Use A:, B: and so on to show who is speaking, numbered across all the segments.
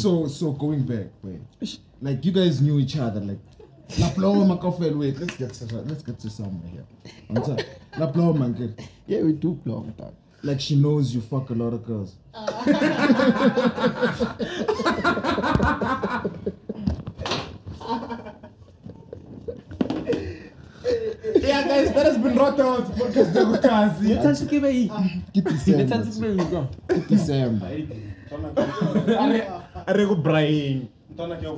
A: So so going back, wait. Like you guys knew each other, like Laplow Makofel, wait, let's get to let's get to somewhere here. Ansa, Laplow Manke.
B: Yeah, we do block that.
A: Like she knows you fuck a lot of girls. yeah guys, that has been rocked out podcast Dekutasi.
C: Tatu kibe hii.
A: Get
C: Tatu kibe
A: December.
C: hii.
A: Get December.
D: Are ku Brian.
A: Okay,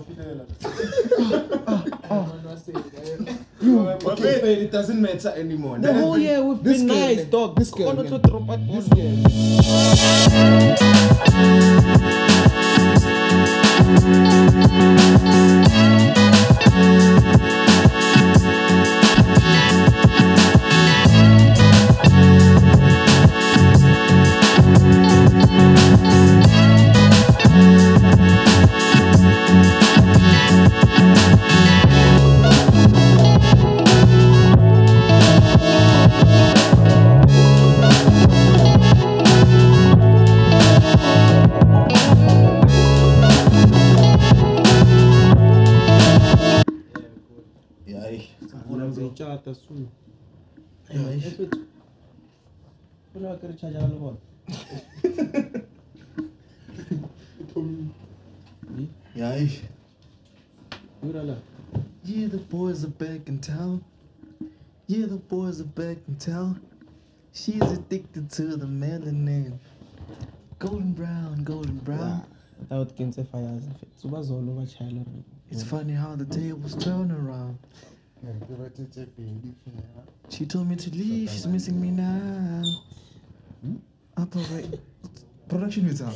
A: fair, it doesn't matter anymore.
C: The whole year we've
A: This
C: been
A: girl,
C: nice,
A: man.
C: dog.
A: This girl,
C: Kono to
A: man.
C: drop at this game. Unamzaichata soon. Efethu. Kuna wakati charger wale bona.
B: Yeah.
C: Yura la.
B: Yeah, the boys are back in town. Yeah, the boys are back in town. She's addicted to the melanin. Golden brown, golden brown.
C: Without kenze fires. Efethu bazolo bachayela.
B: It's funny how the tables turn around. She told me to leave. She's missing me now. Upper right. Production is up.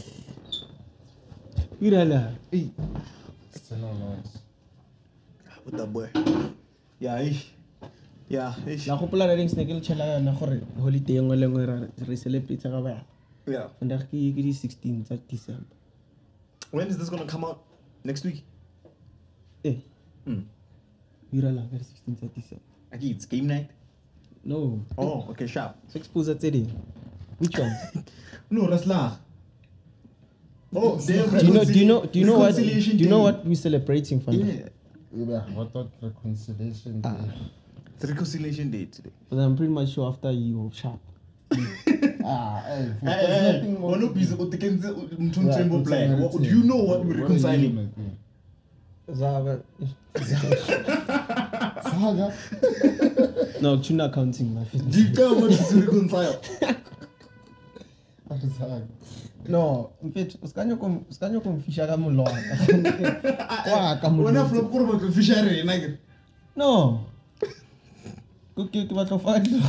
C: Yura la.
B: Hey,
A: It's
B: with that boy. Yeah, eh. yeah, eh.
C: La gopola rareng se ne ke le tšhela ka yona gore holiday engwe le engwe ra- re celebrate ka bana
B: yeah.
C: Vandag ke ke di 16 tsa December.
B: When is this gonna come out? Next week.
C: Eh,
B: Hmm.
C: yura la ka di 16 tsa December.
B: Okay, it's game night.
C: No,
B: Oh, okay, sharp.
C: se expose tse dingwe. Which ones?
B: No, that's lah. Oh, damn.
C: do you know do you know do you know what do
B: reconciliation
C: you know
B: day.
C: what we're celebrating for
B: Yeah,
A: about reconciliation. day.
B: it's reconciliation day today.
C: but i'm pretty much sure after you sharp
A: Ah, hey,
B: Eh,
A: there's
B: eh, eh,
A: nothing more
B: wona
A: to
B: ubhizi
A: do.
B: utikenze
A: Yeah,
B: umthunthembo plan
A: it's a
B: do you know what
A: narrative.
B: we're
A: are you
B: reconciling
A: making?
C: Zaba.
A: Saga.
C: no tuna counting my friend.
B: ndika what is reconcile
A: Saga.
C: no mfethu usikanyokom usikanyokomfisha kamulwana kwaka
B: wena flop kuri vakafisha rena ke
C: no ke ke batla go faka dilo.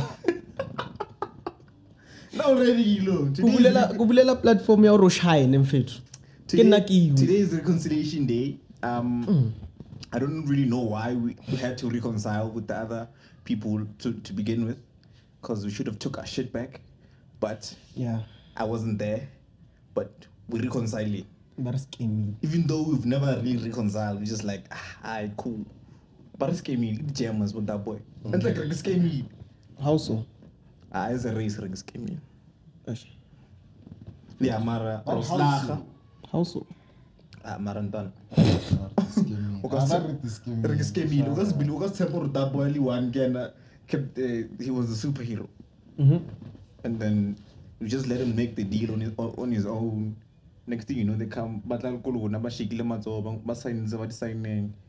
B: na already ilo
C: Go bulela- go bulela platform ya gore o shine mfethu ke nna ke iwe
B: today is reconciliation day um
C: Hmm.
B: i don't really know why we, we had to reconcile with the other people to, to begin with because we should have took our shit back but
C: yeah
B: i wasn't there but we're reconciling
C: ba re scamile
B: even though we've never really reconciled, we're just like, ah, aye, cool. But it's came in, Germans with that boy. And like, it's came in.
C: how so
B: Ah, it's a race, it's came in.
C: Eish,
B: Yeah, Mara,
A: But how
B: Roslacha.
C: how so
B: Ah, Mara Ntan.
A: I've
B: Ah,
A: heard this game.
B: It's came in. Because below us, Temple that boy, only one can, kept, uh, he was a superhero. Mm-hmm.
C: Mhm.
B: And then we just let him make the deal on his, on on his own. Next thing you know, they come, but like, bashikile matsoho, ba sign, ba sign,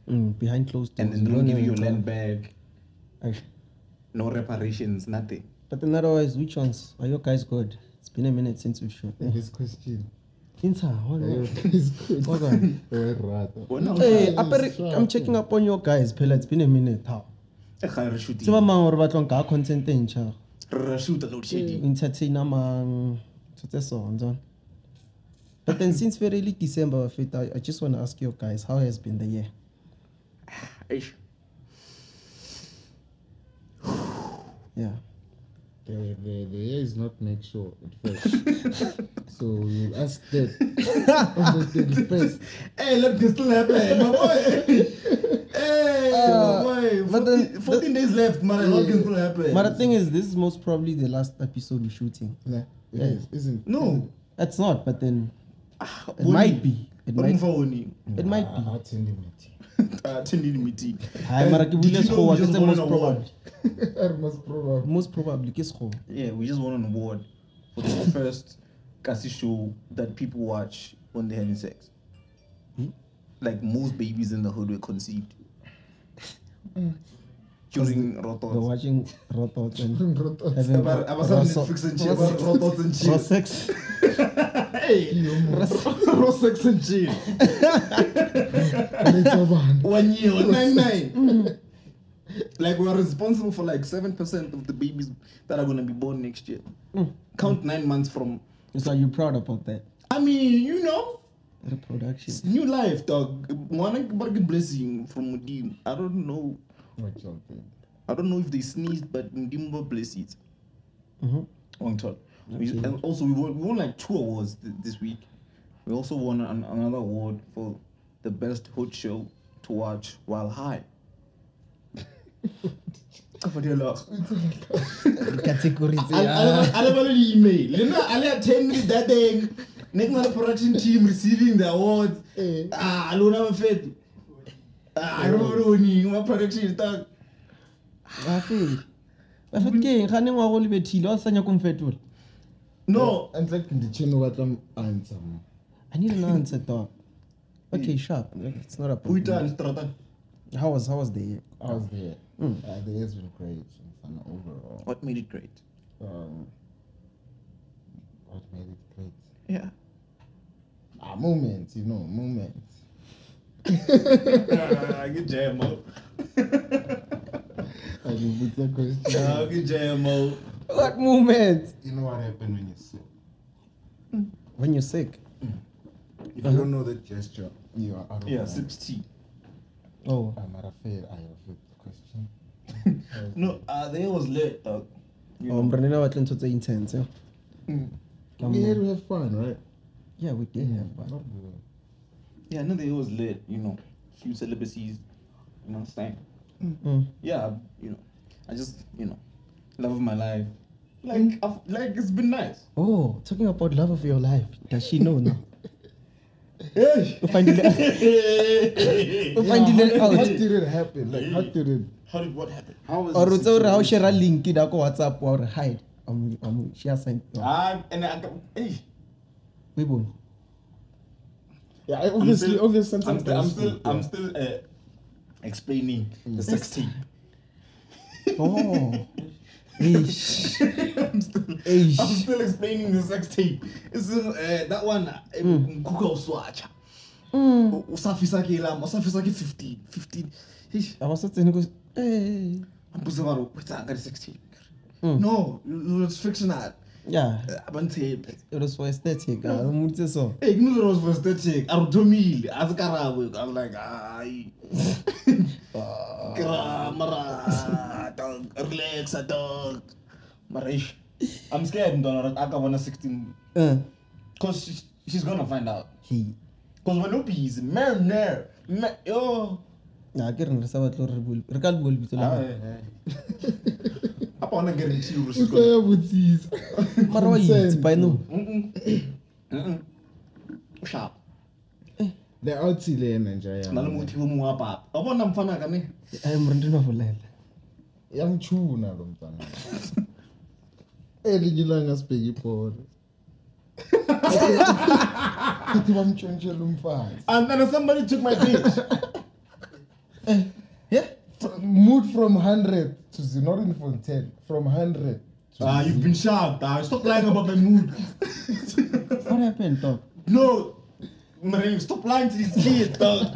C: Mm, behind closed
B: and
C: doors
B: then they don't
C: Lo
B: give you your
C: neng-
B: land back,
C: Eish.
B: no reparations, nothing.
C: But then otherwise, which ones are your guys good? It's been a minute since we've shot. Eh,
A: This question.
C: Inter, what- what-
A: This question.
C: Hold on.
A: We're rather.
B: Wena o-
C: Hey,
A: Guys,
C: apparently, I'm
A: shot.
C: checking up on your guys, Pella. It's been a minute. How?
B: Eh, ga re shoot-ile.
C: Tseba mang hore ba tlo nka content e ntjha?
B: Re- re shoot-a load shedding.
C: Entertainer mang, ntho tse so, njalo. But then since very early December, Bafethu, I, I just want to ask you guys, how has been the year? Eh.
B: Eish.
C: Yeah.
A: The, the, the year is not make sure at first. so you ask that on the 31st.
B: Hey, Eh, let me still happen, my boy. Hey, my boy.
C: Ah, but then Eh,
B: 14 14 days left, man. What can still happen?
C: But the thing is, this is most probably the last episode we're shooting.
A: Nah, it is, isn't
B: No.
C: That's not, but then
B: Ah,
C: it
B: Bonnie.
C: might be. It
B: uri
C: might-
B: mufaoni
C: it might be
A: atendi meeting
B: atendini meeting
C: hayi mara ke buile
B: Did you know
C: sekgowa ke
B: we just
C: tse
B: wanna
C: most
B: know
C: probably
A: Ari most probably
C: most probably ke sekgowa
B: Yeah, we just won an award for the first kasi show that people watch when they're having sex.
C: Hmm?
B: Like most babies in the hood were conceived during
C: the
B: rotos.
C: watching rotots and
A: Rotots.
C: having
B: Aba- aba some
C: roso-
B: Netflix and chill, aba rotos and
C: raw
B: chill.
C: sex
B: Hey, raw sex and chill.
A: Let's have one.
B: One year, one nine nine. Like we are responsible for like seven percent of the babies that are gonna be born next year. Count nine months from.
C: so are you proud about that
B: I mean, you know.
C: reproduction
B: It's new life, dog. One a blessing from Mudim. I don't know.
A: What y'all think?
B: I don't know if they sneezed, but Mudim will bless it.
C: Mhm.
B: On top. We,
C: Okay.
B: and also, we won, we won like two awards th- this week. We also won an, another award for the best hood show to watch while high.
C: category tse ah.
B: alebale email lena ale attended that thing ne ke na le production team receiving the awards
A: Eh.
B: ah lona mafeto ah re bone oning wa production tak
C: Bafedi. Bafedi ke eng? Ga ne ngwaga o le bethile, wa sa nyaka ho mfetola?
B: no
A: And like in the channel what I'm answer. man.
C: I need an answer, dog. Okay, sharp. Like, It's not a
B: o itane
C: problem.
B: stratan
C: How was how was the year?
A: I was there.
B: Hmm.
A: Uh, the year's been great and overall.
B: what made it great
A: Um, what made it great?
B: yeah
A: Ah, moments, you know, moments.
B: ke jamo
A: I didn't put the question.
B: ke jamo
C: What moment?
D: You know what happened when you're sick?
C: When you're sick.
D: If you don't know that gesture,
A: You are out of
B: yeah
A: line.
B: sips tea
C: Oh.
A: I'm afraid I have the question.
B: no uh, there was lit dog you
C: Oh,
B: know.
C: Mrenela batle ntho tse intense. yo.
B: Mm.
C: Ka
A: we had
C: moo.
A: to have fun, right?
C: Yeah, we did have fun.
A: Not really.
B: yeah no there was lit you know few celibacies you know what I'm saying
C: Mm.
B: yeah, you know, I just you know, love my life. Like I've, like it's been nice.
C: Oh, talking about love of your life. Does she know now?
B: Hey.
C: O findile- o findile
A: How
C: out.
A: did it happen? Like, how did it?
B: How did what happen?
D: how was
C: Or o
D: the
C: tse o re ha o
D: situation?
C: share-a link da ko WhatsApp wa o re, "Hi, I'm- I'm- she has sent- oh,
B: I and I got- hey.
C: we bone."
A: Yeah, I- obviously,
B: still-
A: obviously,
B: I'm still I'm
A: sometimes
B: still,
A: yeah.
B: I'm still uh, explaining the sex tape.
C: Oh. Eish.
B: I'm still
C: Eish.
B: I'm still explaining the sex tape. It's still, uh, that one uh, Kuka Uswacha.
C: Mm.
B: Usafisa ke lam, usafisa ke 15, 15. Eish.
C: I was sitting go, hey.
B: Ambuza baru, what's that? I got a sex tape.
C: Mm.
B: No, it was fictional.
C: Yeah,
B: abanthepe
C: it was for aesthetic. I don't want to say so.
B: e ke nore was prosthetic a rotomile a se karabe i was like ai Ah. Kra- mara dog relaxa dog mara eish, i'm scared ntwana a ka bona 16
C: Uh,
B: because she, she's gonna find out
C: he.
B: because when ubhizy mariner ma- yo
C: Nah, ke reng re sa batle gore re bue- re ka le bua lebitso
B: Ah,
C: la
B: eh.
C: gagwe.
B: apa ona guarantee
A: Who's gonna put these?
C: Mara wa itse
A: Consent.
C: by now.
B: sharp
A: They're out till the end, Nigeria.
B: na le mothi o mongwe wa papa a bona mfana ka ne
C: I am Rendon of Lela.
A: Young tuna, Lumtana. Every Gilanga speak for. Kati wamchonje lumfazi.
B: and then somebody took my bitch
C: Yeah?
A: F- Mood from 100 to zero, not even from 10, from 100. to
B: Ah, you've
A: zero.
B: been sharp. Ah, stop lying about my mood.
C: What happened, dog?
B: no, Marie, stop lying to these kids, dog.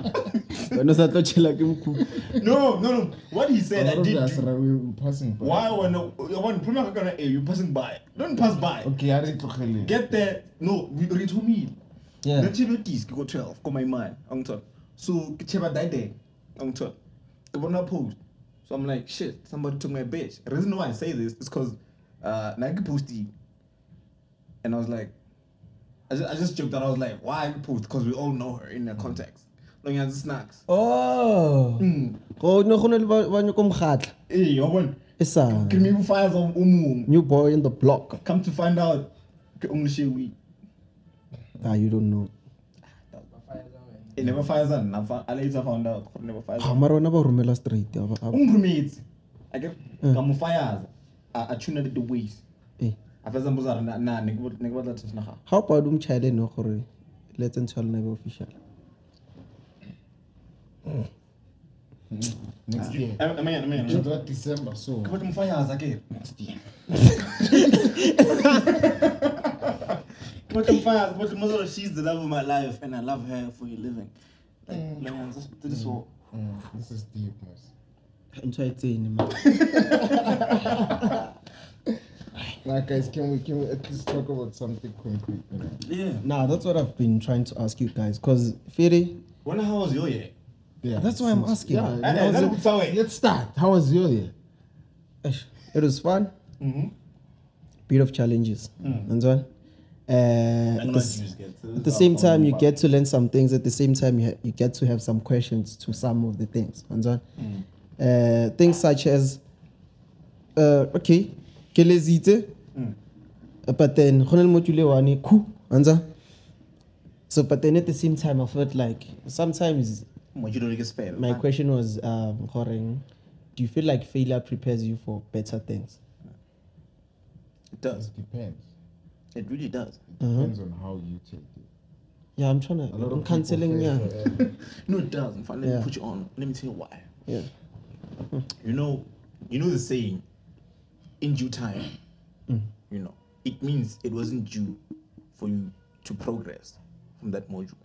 C: Wena o sa tlo tshela ke bokhukhu.
B: no, no, no. What he
A: A
B: said,
A: lot
B: I
A: of
B: did.
A: us
B: Do.
A: are we were passing by.
B: Why when when people are gonna you passing by? Don't pass by.
A: Okay, I didn't look at
B: Get there. No, we read to me.
C: Yeah.
B: Let you notice. Go twelve. Go my mind. On top. So Kicheba died there. On top. The one I post. So I'm like, shit. Somebody took my bitch. The reason why I say this is because uh, Nike posted, and I was like, I just, I just joked that I was like, why post? Because we all know her in the context. Long as the snacks.
C: Oh.
B: Mm.
C: Go no go na le ba ba nyaka mkhatla.
B: Hey, I want.
C: Esa.
B: Give me fires of umum.
C: New boy in the block.
B: Come to find out, only shit we.
C: Ah, you don't know.
B: it never fires on. I fou- I later found out. It never fires
C: ha
B: on.
C: mara wena va rhumela straight a va- a va-
B: Ungrumits. I get
C: Mm.
B: kamu fires. I tune it the ways.
C: Eh.
B: I feel some na na nikubot nikubot la tshna ha.
C: how about um chayile no gore let's ntshwa le nebe official
D: next year
B: Am I am I am.
D: July, december so
B: Kubot mu fires again. Next year. Kubot mu fires. Kubot mu she's the love of my life and I love her for a living. Like,
C: Eh.
B: man, this this is all.
D: Mm, this is deep mos
C: ntshwa e tsene ma
D: like guys can we can we at least talk about something concrete you know?
B: Yeah.
C: nah that's what i've been trying to ask you guys because fere
B: When how was your year?
D: yeah
C: That's why I'm
D: since-
C: asking.
D: yeah,
C: And-
D: that was
B: That's how
D: it. let's start how was your year
C: eish, it was fun
B: Mhm.
C: bit of challenges and so on uh, at the, s- at the
B: the
C: same time you get to learn some things at the same time you, ha- you get to have some questions to some of the things and so on.
D: Mm.
C: uh, things such as uh, okay ke letsitse
D: Mm.
C: uh, but then go na le motho le one khu and so on. so but then at the same time i felt like sometimes
D: Ah.
C: my question was um Goreng, do you feel like failure prepares you for better things
B: It does.
D: it depends
B: It really does.
D: it
C: Uh-huh.
D: depends on how you take it
C: yeah i'm trying to
D: a lot
C: i'm
D: of canceling
C: canceling yeah
B: No, it does. In fact, let
C: Yeah.
B: me put you on. Let me tell you why.
C: yeah
B: You know, you know the saying, in due time. You know, it means it wasn't due for you to progress from that module.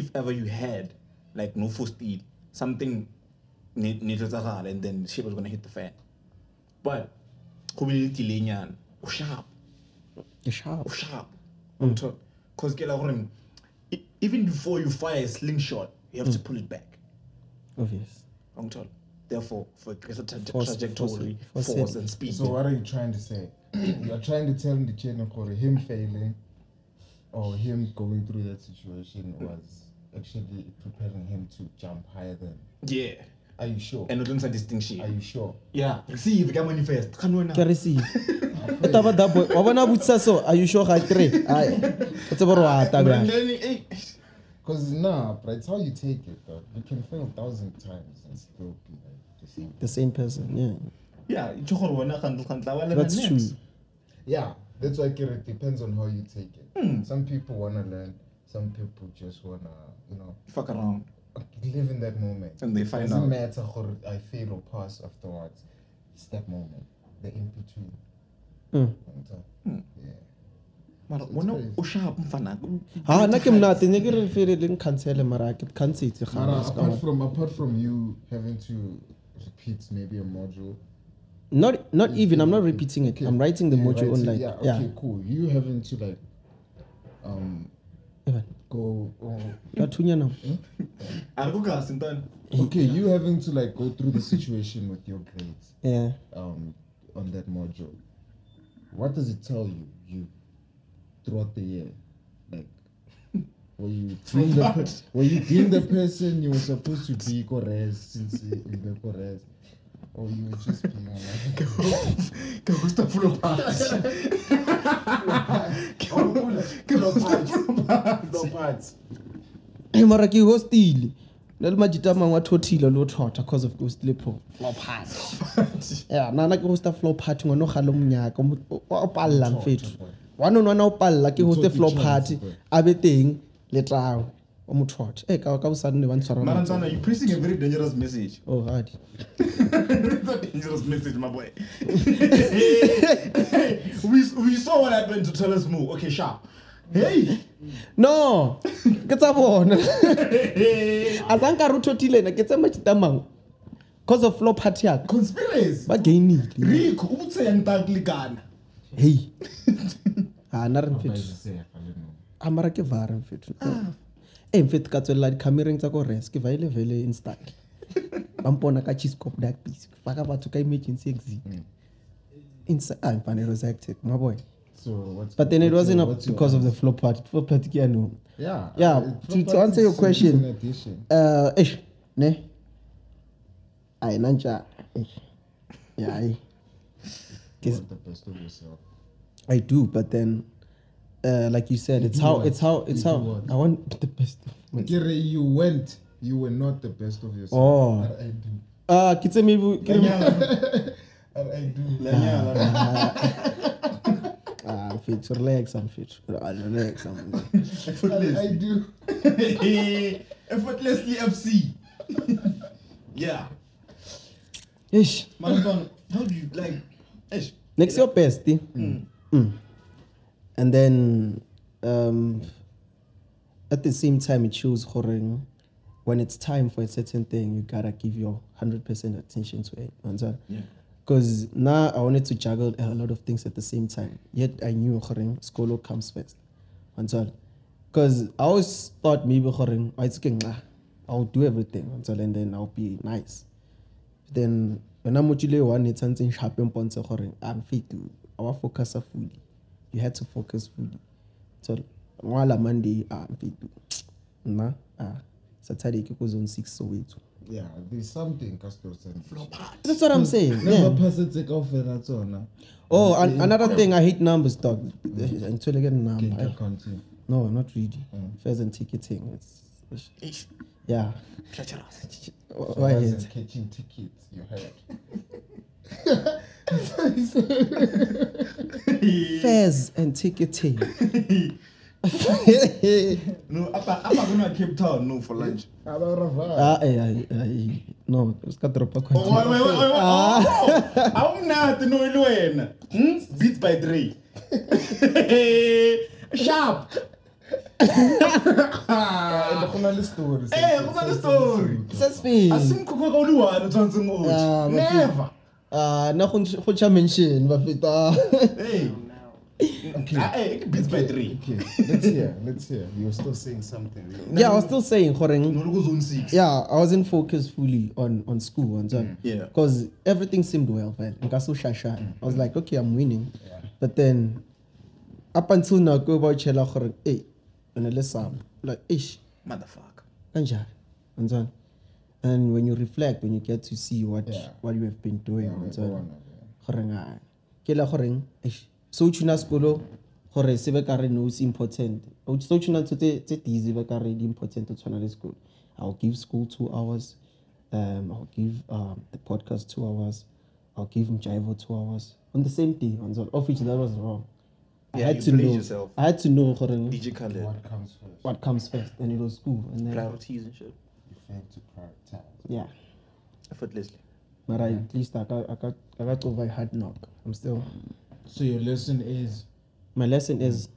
B: If ever you had like no full speed, something ne- ne tlo etsagala and then shit was gonna hit the fan. But go be le delay-nyana, o sharp.
C: you're sharp
B: sharp on top. Because e-, even before you fire a slingshot, you have to pull it back
C: obvious
B: on top. Therefore, for greater tra-
C: Force-
B: trajectory,
C: force
B: force,
C: it.
B: and speed.
D: So what are you trying to say? you are trying to tell the chain or him failing or him going through that situation was actually preparing him to jump higher than.
B: yeah,
D: Are you sure?
B: and not some distinction.
D: Are you sure?
B: yeah, see if you can manifest. Can we
C: ke
B: now?
C: re se o taba double wa bona a botsisa so are you sure ga three ai o tsebe re wa
B: But
C: tabela
B: then, eh, eh,
D: Because nah, but it's how you take it though. You can fail a thousand times and still be like the same.
C: the same person yeah
B: Yeah, you go to uh, handle handle.
C: that's true
D: Yeah, that's why I get it depends on how you take it. Some people wanna learn, some people just wanna, you know,
B: Fuck around,
D: live in that moment.
B: and they
D: It
B: find
D: doesn't
B: out.
D: matter how I fail or pass afterwards. It's that moment, the in between.
C: Mm.
D: Yeah.
B: Mara,
D: It's
B: wena
D: crazy. Ah,
B: o sharp mfana.
C: ha na ke mnate ne ke re fere le ncancele mara ha ke cancetse ga
D: Mara,
C: re se ka
D: apart
C: wa-
D: from apart from you having to repeat maybe a module.
C: not not
D: you-
C: even i'm not repeating it
D: okay,
C: i'm writing the
D: you're
C: module
D: writing-
C: online
D: Yeah, okay,
C: yeah
D: cool. You having to like um
C: Evan,
D: go oh,
C: ka thunya now
B: I go gas and then.
D: okay, you having to like go through the situation with your grades
C: yeah
D: um on that module. What does it tell you you throughout the year? Like were you being the per- were you being the person you were supposed to be correct since you were correct? Or you were just being like
B: Ke go stop full of parts. Ke go stop full of parts.
C: Hey, mara ke hostile na le majita a mangwe a thothile le o thotha cause of ghost le po Yeah, nana ke hosta floor party ngwana o gale monyaka o mo- o- o pallang fetho one on one a o palla ke hoste
D: took
C: floor
D: the
C: party
D: chance, boy.
C: a be teng le tao o mo thotha e ka ka bosane ne ba ntshwara
B: Mara
C: matsoho.
B: Ntsana, you're preaching a very dangerous message.
C: Oh, hadi.
B: it's a dangerous message, my boy. we, we saw what happened to tell us more. Okay, sharp. Hey!
C: no ke tsa bona
B: hey.
C: a sanka re o thothile ena ke tse majita a mangwe cause of floor party yaka
B: Conspiracy!
C: ba gainile
B: Rico, what's saying that Ligana?
C: hei a na reng
D: Guys,
C: fetho
D: it's safe, I don't know.
C: a Ah, mara ke vara mfetho e mfetho ka tswelela dikgamereng tsa ko res ke vaele vele instac ba mpona ka cheesecop dark piece fa ka batho ka emergency exit Insta- ah, mfana, it was hectic, my boy.
D: So what's
C: but then it
D: what's
C: wasn't
D: your-
C: up
D: what's your
C: because of the
D: answer?
C: flow part flow part ke ya no
D: yeah
C: Yeah,
D: uh, floor
C: to- to
D: party
C: answer your
D: is
C: question.
D: an addition.
C: uh, eish ne ai nanja yeah, I,
D: You want the best of yourself.
C: I do but then uh, like you said, it's
A: do
C: how
A: what?
C: it's how it's
A: You do
C: how
A: what?
C: I want the best.
D: Mm.
A: Kere, you went, you were not the best of yourself.
C: Oh,
D: That I do.
C: uh, kitse maybe
D: That I do.
C: ah, fit relax, I'm fit. Ah, Relax, I'm.
A: That I do.
B: effortlessly FC. yeah,
C: Ish.
B: Malibang, how do you like? Eish,
C: Next your best, eh? Mm. and then um, at the same time, it shows horror. When it's time for a certain thing, you gotta give your hundred percent attention to it.
B: Yeah.
C: Because now I wanted to juggle a lot of things at the same time. Yet I knew horror Skolo comes first. Because I always thought maybe "Ah, horror I'll do everything until and then I'll be nice. then yona motho le one e tshwanetseng gape mpontshe gore I'm fit a wa focusa fully you had to focus fully so ngwala monday "Ah, a mfit nna a ah, saturday ke ko zone six soweto
A: Yeah, there's something Castor sent.
C: that's what i'm saying
A: Never
C: yeah.
A: pass it take off and that's all. nah.
C: oh an
B: Mm-hmm.
C: another thing i hate numbers dog until i get a
A: Okay,
C: number
A: you
C: I-
A: continue.
C: no not really
B: Mm.
C: fares and ticketing it's,
B: eish,
C: yeah
B: clutch your ass.
C: why
D: As
C: is
D: in catching tickets, you heard.
C: fares and ticketing
B: No, apa apa gonna Cape Town no for lunch.
A: Abarava.
C: ah, eh, eh, eh, no o seka dropa
B: Oh, wait, wait, wait, wait. Oh, I'm not no wena. Hmm? Beat by Dre. Sharp.
A: And go na le story.
B: Eh, go na le story.
C: kwantsaspin
B: Asimkhokho ka uli one tsontsi
C: Ah,
B: ngo.
C: but-
B: Never.
C: Ah, na go ntsh- go tjha mention ba feta
B: Hey. Okay. Ah, eh, beat by Dre.
A: Okay, let's hear. Let's hear.
D: You're still saying something. Really.
C: yeah i was still saying gore
B: No look zone 6.
C: yeah i wasn't focused fully on on school and
A: Mm.
C: so
B: Yeah.
C: because everything seemed well but so shasha i was like okay i'm winning but then up until now go about chela gore eh and le sam like ish
B: Motherfucker.
C: kanjani and so and when you reflect when you get to see what
A: Yeah.
C: what you have been doing
A: Yeah,
C: and
A: we
C: so
A: go on, yeah.
C: goreng a ke la goreng eish, se o tuna sekolo gore se be ka re no se important O- se o tuna ntho tse tse dizzy be ka re di important o tshwana le sekolo i'll give school two hours um, i'll give um, the podcast two hours i'll give mjaivo two hours on the same day on the, of which that was wrong
B: Yeah,
C: I,
B: you
C: had to
B: played
C: know,
B: yourself.
C: I had to know goreng
B: DJ Khaled.
D: What comes first?
C: what comes first and it was school and then
B: Priorities and shit.
D: You fail to prioritize.
C: yeah
B: Effortlessly.
C: but I, at least i got i got i got over a hard knock i'm still
A: So your lesson is
C: my lesson is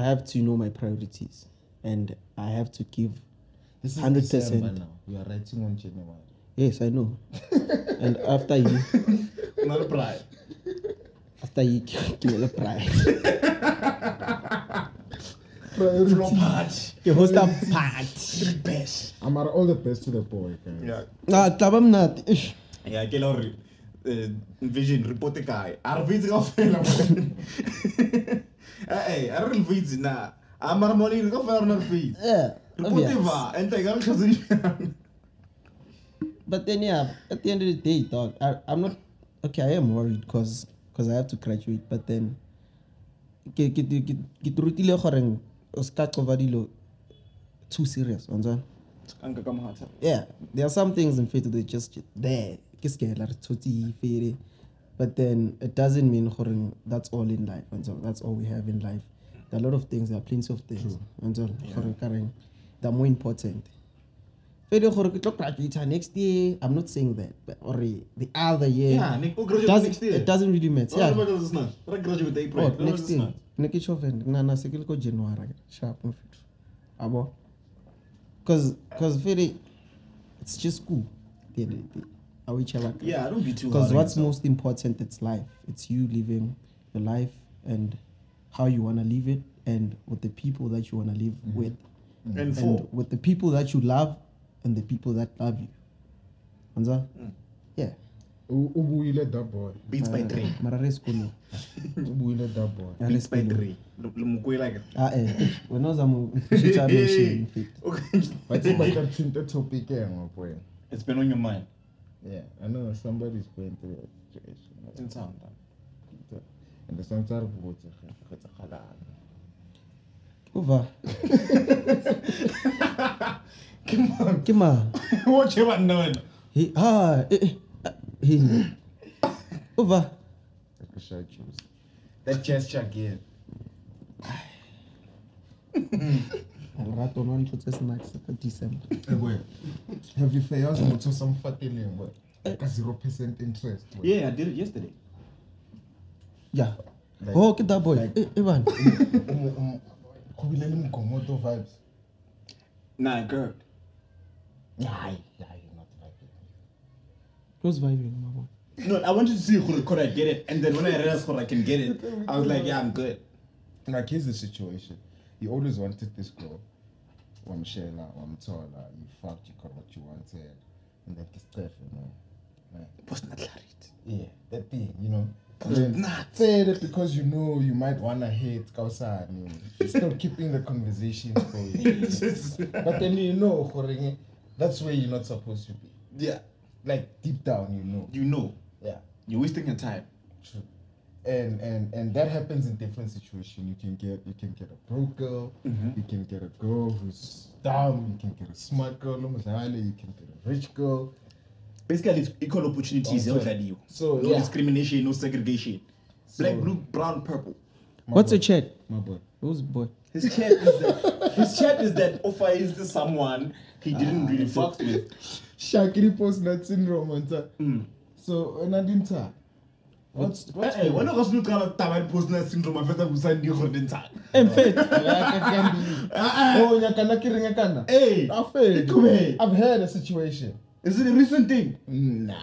C: I have to know my priorities and I have to give.
A: this is
C: 100%.
A: December now. You are writing on January.
C: Yes, I know. and after you,
B: Not a pride.
C: after you give me the prize.
B: Flow part.
C: You host a party.
B: Three best.
A: I'm at all the best to the boy, guys.
B: Yeah.
C: Nah, tlabam not. Ish.
B: Yeah, ke la gore eh, vision report kae a re fetse kaofela ee a re re fetse na Ah, a mara moleng kaofela rona re fetse
C: Yeah.
B: report
C: obvious.
B: va entle ka re tlhotse
C: But then yeah, at the end of the day, dog, I, I'm not okay. I am worried because because I have to graduate. But then, ke ke ke ke rutile gore o ska cover dilo too serious. wa ntse?
B: anka ka mogatsa
C: yeah, there are some things in faith that are just there. Ke seke la re thotse e fele. But then it doesn't mean gore that's all in life. And so that's all we have in life. There are a lot of things, there are plenty of things. And so gore ka reng, they're more important. Fele gore ke tlo graduate next year, I'm not saying that. But or the other year.
B: Yeah, ne- o graduate
C: doesn't-
B: next year.
C: It doesn't really matter.
B: Rona ba
C: Yeah.
B: ka sesena, re graduate April,
C: Oh,
B: rona ba
C: next year.
B: sesena.
C: Ne ke sure fela. Na na se ke le ko January. Sharp mfethu. Abo. Cause cause very it's just school. They they, they are each other.
B: yeah don't be too
C: Because
B: hard on
C: what's
B: yourself.
C: most important it's life. It's you living your life and how you wanna live it and with the people that you wanna live with.
B: and
C: And
B: four
C: with the people that you love and the people that love you. Anza? Yeah.
A: U- Ubuyile that boy.
B: beats by three
C: Marare school.
A: Ubuyile that boy.
C: Yeah,
B: beats by
C: school.
B: three Le- le mokwela ke
C: Ah eh. When I was am future mention fit.
A: But somebody got to the topic eh, my boy.
B: it's been on your mind
A: Yeah, I know somebody's going through a situation.
B: It's on, dog.
A: And the sometimes it's a- it's a halal.
C: uva
A: Come on.
C: ke mang
A: Watch him and know
C: He- ha, eh, eh, ah, he. uva
D: Shall choose. That gesture again.
C: rato ona ntho tse snacks ka december
D: Have you failed to some fatty name? What? Like a zero percent interest. what?
A: Yeah, I did it yesterday.
C: ya
D: Like-
C: o ke daboy e bane
D: Um, um, Kubilele Mgomoto vibes.
A: Nah, girl.
D: Nah, yeah, you're not vibing.
C: close vibing mama
A: No, I wanted to see who could I get it, and then when I realized who I can get it, I was like, yeah, I'm good.
D: Like, here's the situation. You always wanted this girl. I'm Shayla, I'm Tola, you fucked, you got what you wanted. And then this stuff, you know. Like,
A: Was not it.
D: yeah, that thing, you know.
A: It's
D: Then
A: nuts.
D: Said it because you know you might wanna hate Kausa. You know. You're still keeping the conversation going. but then you know, Jorge, that's where you're not supposed to be.
A: yeah,
D: Like deep down, you know.
A: you know,
D: Yeah,
A: you're wasting your time.
D: true. And and and that happens in different situations. You can get you can get a broke girl.
A: Mhm.
D: You can get a girl who's down. You can get a smart girl. almost highly, You can get a rich girl.
A: Basically, it's equal opportunities.
D: Also-
A: health value.
D: so,
A: no
D: yeah.
A: discrimination, no segregation. Black,
D: So-
A: blue, brown, purple.
D: My
C: what's
D: boy,
C: your check
D: My boy.
C: who's boy
A: His chat is that Ah, his chat is that offer is to someone he didn't really fuck with.
D: Shakiri post that syndrome and that.
A: Mm.
D: So when I didn't tell, what's what's
A: Eh, eh, when I was looking at Taman Posner syndrome, I felt like we signed you on
C: emfet
D: Oh, nyakana kiringakana.
A: Ah, Hey,
D: I've heard.
A: Come here.
D: I've heard a situation.
A: is it a recent thing?
D: Nah,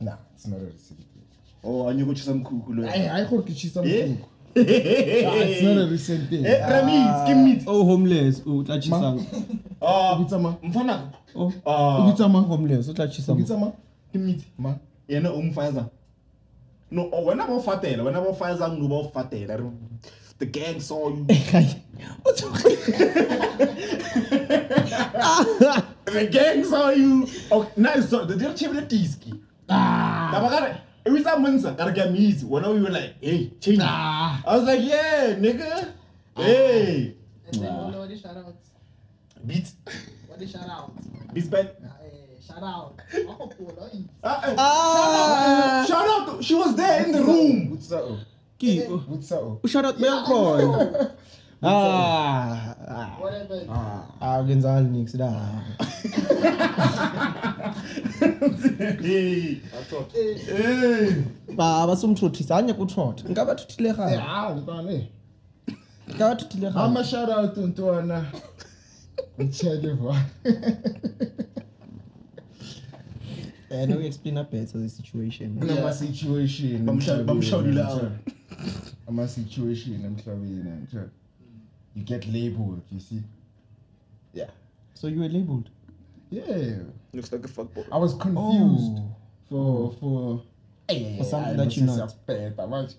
D: nah, it's not a recent thing.
A: Oh, I knew what you some cool.
D: I I hope it's some
A: Yeah.
D: thing. Nah, it's not a recent thing.
A: Eh, Ramis, give me.
C: o homeless o tla chisang
A: Ah,
D: Ubitsa ma,
A: mfana.
C: o
A: Ah,
D: ubitsa ma,
C: homeless o tla chisang
D: ubitsa ma. Give me it, ma.
A: yena umfaza. No, oh, when I was fatela, when I was fatela, no was fatela. The gang saw you.
C: O tsoge-
A: The gang saw you. Oh, nice. So the e deal changed the diski. Ah. Tabagare. It was a monster. Karga means when we were like, hey, change.
D: Ah.
A: I was like, yeah, nigga. Hey,
E: And then all the shout outs.
A: beat,
E: What the shout out?
A: beat bad.
E: Shout out. Oh, boy.
A: Ah,
C: Ah.
A: ah. Shout out! to- She was there in the room.
D: Ubitsa o,
C: Ke- o-
D: ubitsa o.
C: o shout out me yakhona ah
E: Whatever.
C: ah akenzakali nix la
A: hey,
E: Eh,
A: hey.
C: ba basomthothisa anye kuthotha nka ba thothile
D: Eh,
C: gae
D: ah, ntwane.
C: nka ba thothile
D: How
C: gae
D: much shout out to Ntwana? Mchelewa.
C: and we Eh, explain better the situation
D: Nama situation.
A: Bamsha- bamshawulile out.
D: Ama situation emhlabeni nje. You get labeled, you see. Yeah.
C: so you were labeled
D: Yeah.
A: Looks like a fuckboy.
D: I was confused for for for
C: something that you're not.
D: Bad, much.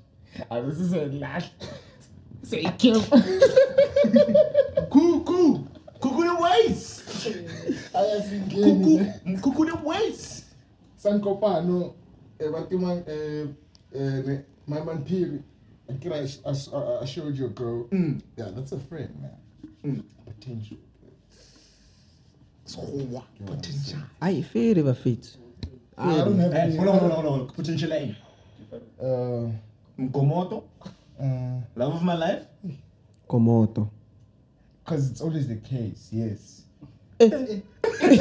D: I was just saying last. Say
C: Oh.
D: careful.
A: Cuckoo, cuckoo the waist.
D: I have been
A: Cuckoo,
D: getting
A: cuckoo the waist.
D: Sankopano. Ebatima eh my man Piri. Crash. I s- I I showed you girl.
A: Mm.
D: Yeah, that's a friend, man.
A: Mm.
D: Potential.
A: Squaw, Potential.
C: ayi fere bafethu
D: I don't have
A: Eh,
D: any.
A: hold on, hold on, hold on. Potential aim.
D: Uh,
A: Mkomoto,
D: uh,
A: love of my life.
C: komoto
D: Cause it's always the case. Yes.
C: hey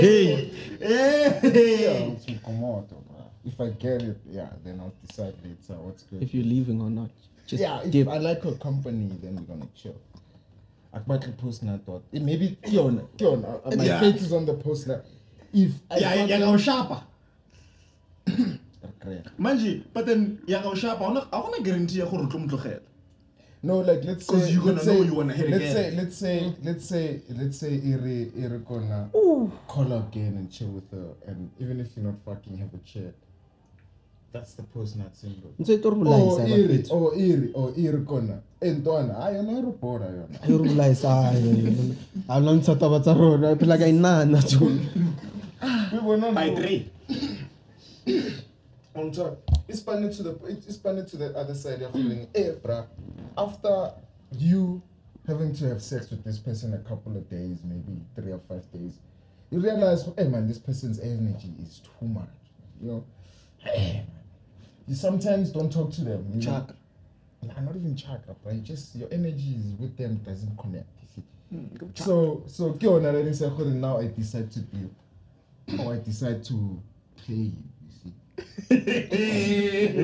A: Eh,
D: Yeah,
A: Hey.
D: it's Mkomoto, bro. If I get it, yeah, then I'll decide later what's good.
C: if you're leaving or not just
D: yeah, if
C: dip.
D: I like her company, then we're gonna chill. Akbatli post na thought. It maybe Kion, Kion, uh, uh, my
A: Yeah.
D: faith is on the post now. If I
A: Yeah, yeah, yeah, sharper.
D: Okay.
A: manje but then ya ga o shapa ona a gona guarantee ya gore o tlo motlogela
D: No, like let's say
A: 'Cause you're gonna
D: let's
A: know
D: say,
A: you wanna hit
D: let's
A: again.
D: say let's say let's say let's say Iri Iri gonna call her again and chill with her and even if you're not fucking have a chat. That's the post nut syndrome.
C: ntse to
D: Oh
C: rubulaisa
D: Iri,
C: bafethu
D: oh Iri, oh Iri gonna. Entwana, hayi yona iri bora yona.
C: ayo rubulaisa ayo alona mtshataba tsa rona e phela ka inana jo
D: We were not
A: by three
D: on top. It's funny to the it's funny to the other side. You're feeling, hey, bruh. "Eh, After you having to have sex with this person a couple of days, maybe three or five days, you realize, hey man, this person's energy is too much. You know, hey man. You sometimes don't talk to them. You know?
A: Chakra.
D: Nah, not even chakra, but you just your energy is with them doesn't connect. you see.
A: go
D: So so ke yona le leng sa gore now I decide to be or I decide to play you, you see.
A: Eh,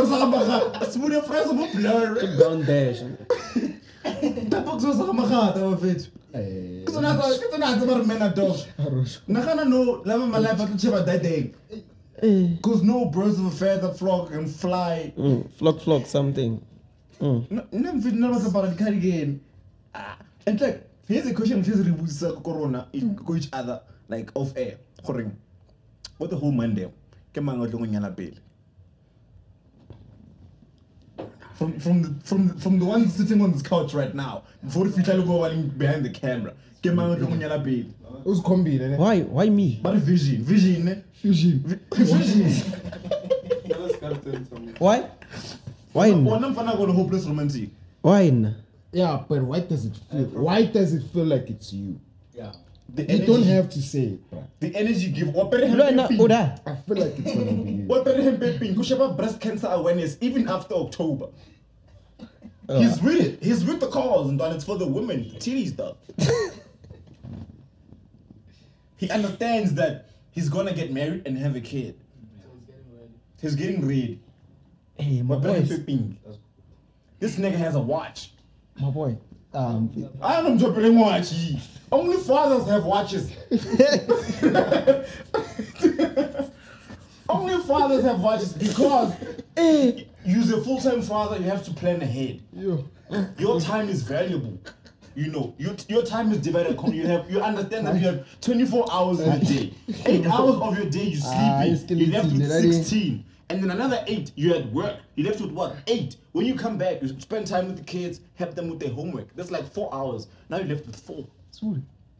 A: smoele frase mo blare
C: Down there.
A: tapokso sa ga magata bafetso
D: Eh,
A: ke tsona ke tsona a tseba re mena dog
D: Arosh.
A: nagana no lava malife a tlo cheba dadeng
C: Eh.
A: cause no birds of a feather flock and fly
C: Mm, flock, flock, something. Mm.
A: nna mfete nna batla bara di-cardigan Ah, and like here's a question re re botsisa ko rona e- ko each other like off air gore o the whole monday ke mang o tlong nyala pele From, from, the, from, the, from the one sitting on this couch right now before we fitlha le ko baleng behind the camera ke mang o tlong nyala pele
D: Uzikhombile ne?
C: Why? Why me?
A: ba re vision vision ne
D: Fusion.
A: Vi- vision
C: Why? Why? n-
A: wona mfana ko le hopeless romantic
C: Why? n-
D: Yeah, but why does it feel? Why does it feel like it's you?
A: the
D: You don't have to say it, bruh.
A: the energy give wa pere
C: Lwena o
A: hempeping
C: da.
D: I feel like it's gonna be you.
A: wa pere hempeping ku sheba breast cancer awareness even after october
D: Oh.
A: he's with it he's with the cause and it's for the women the titty stuff he understands that he's gonna get married and have a kid he's getting ready
C: Hey, Eh, my
A: wa pere
C: boys.
A: hempeping this nigga has a watch
C: My boy. Um,
A: I am dropping watch. Only fathers have watches. Only fathers have watches because
C: eh.
A: you're a full-time father. You have to plan ahead.
D: Yo.
A: Your time is valuable. You know, your, your time is divided. according- You have you understand that you have 24 hours in a day. Eight hours of your day you
D: Ah, it's still
A: sleeping. You left
D: 18,
A: with
D: that is-
A: 16, and then another eight you at work. You left with what eight? When you come back, you spend time with the kids, help them with their homework. That's like four hours. Now you left with four.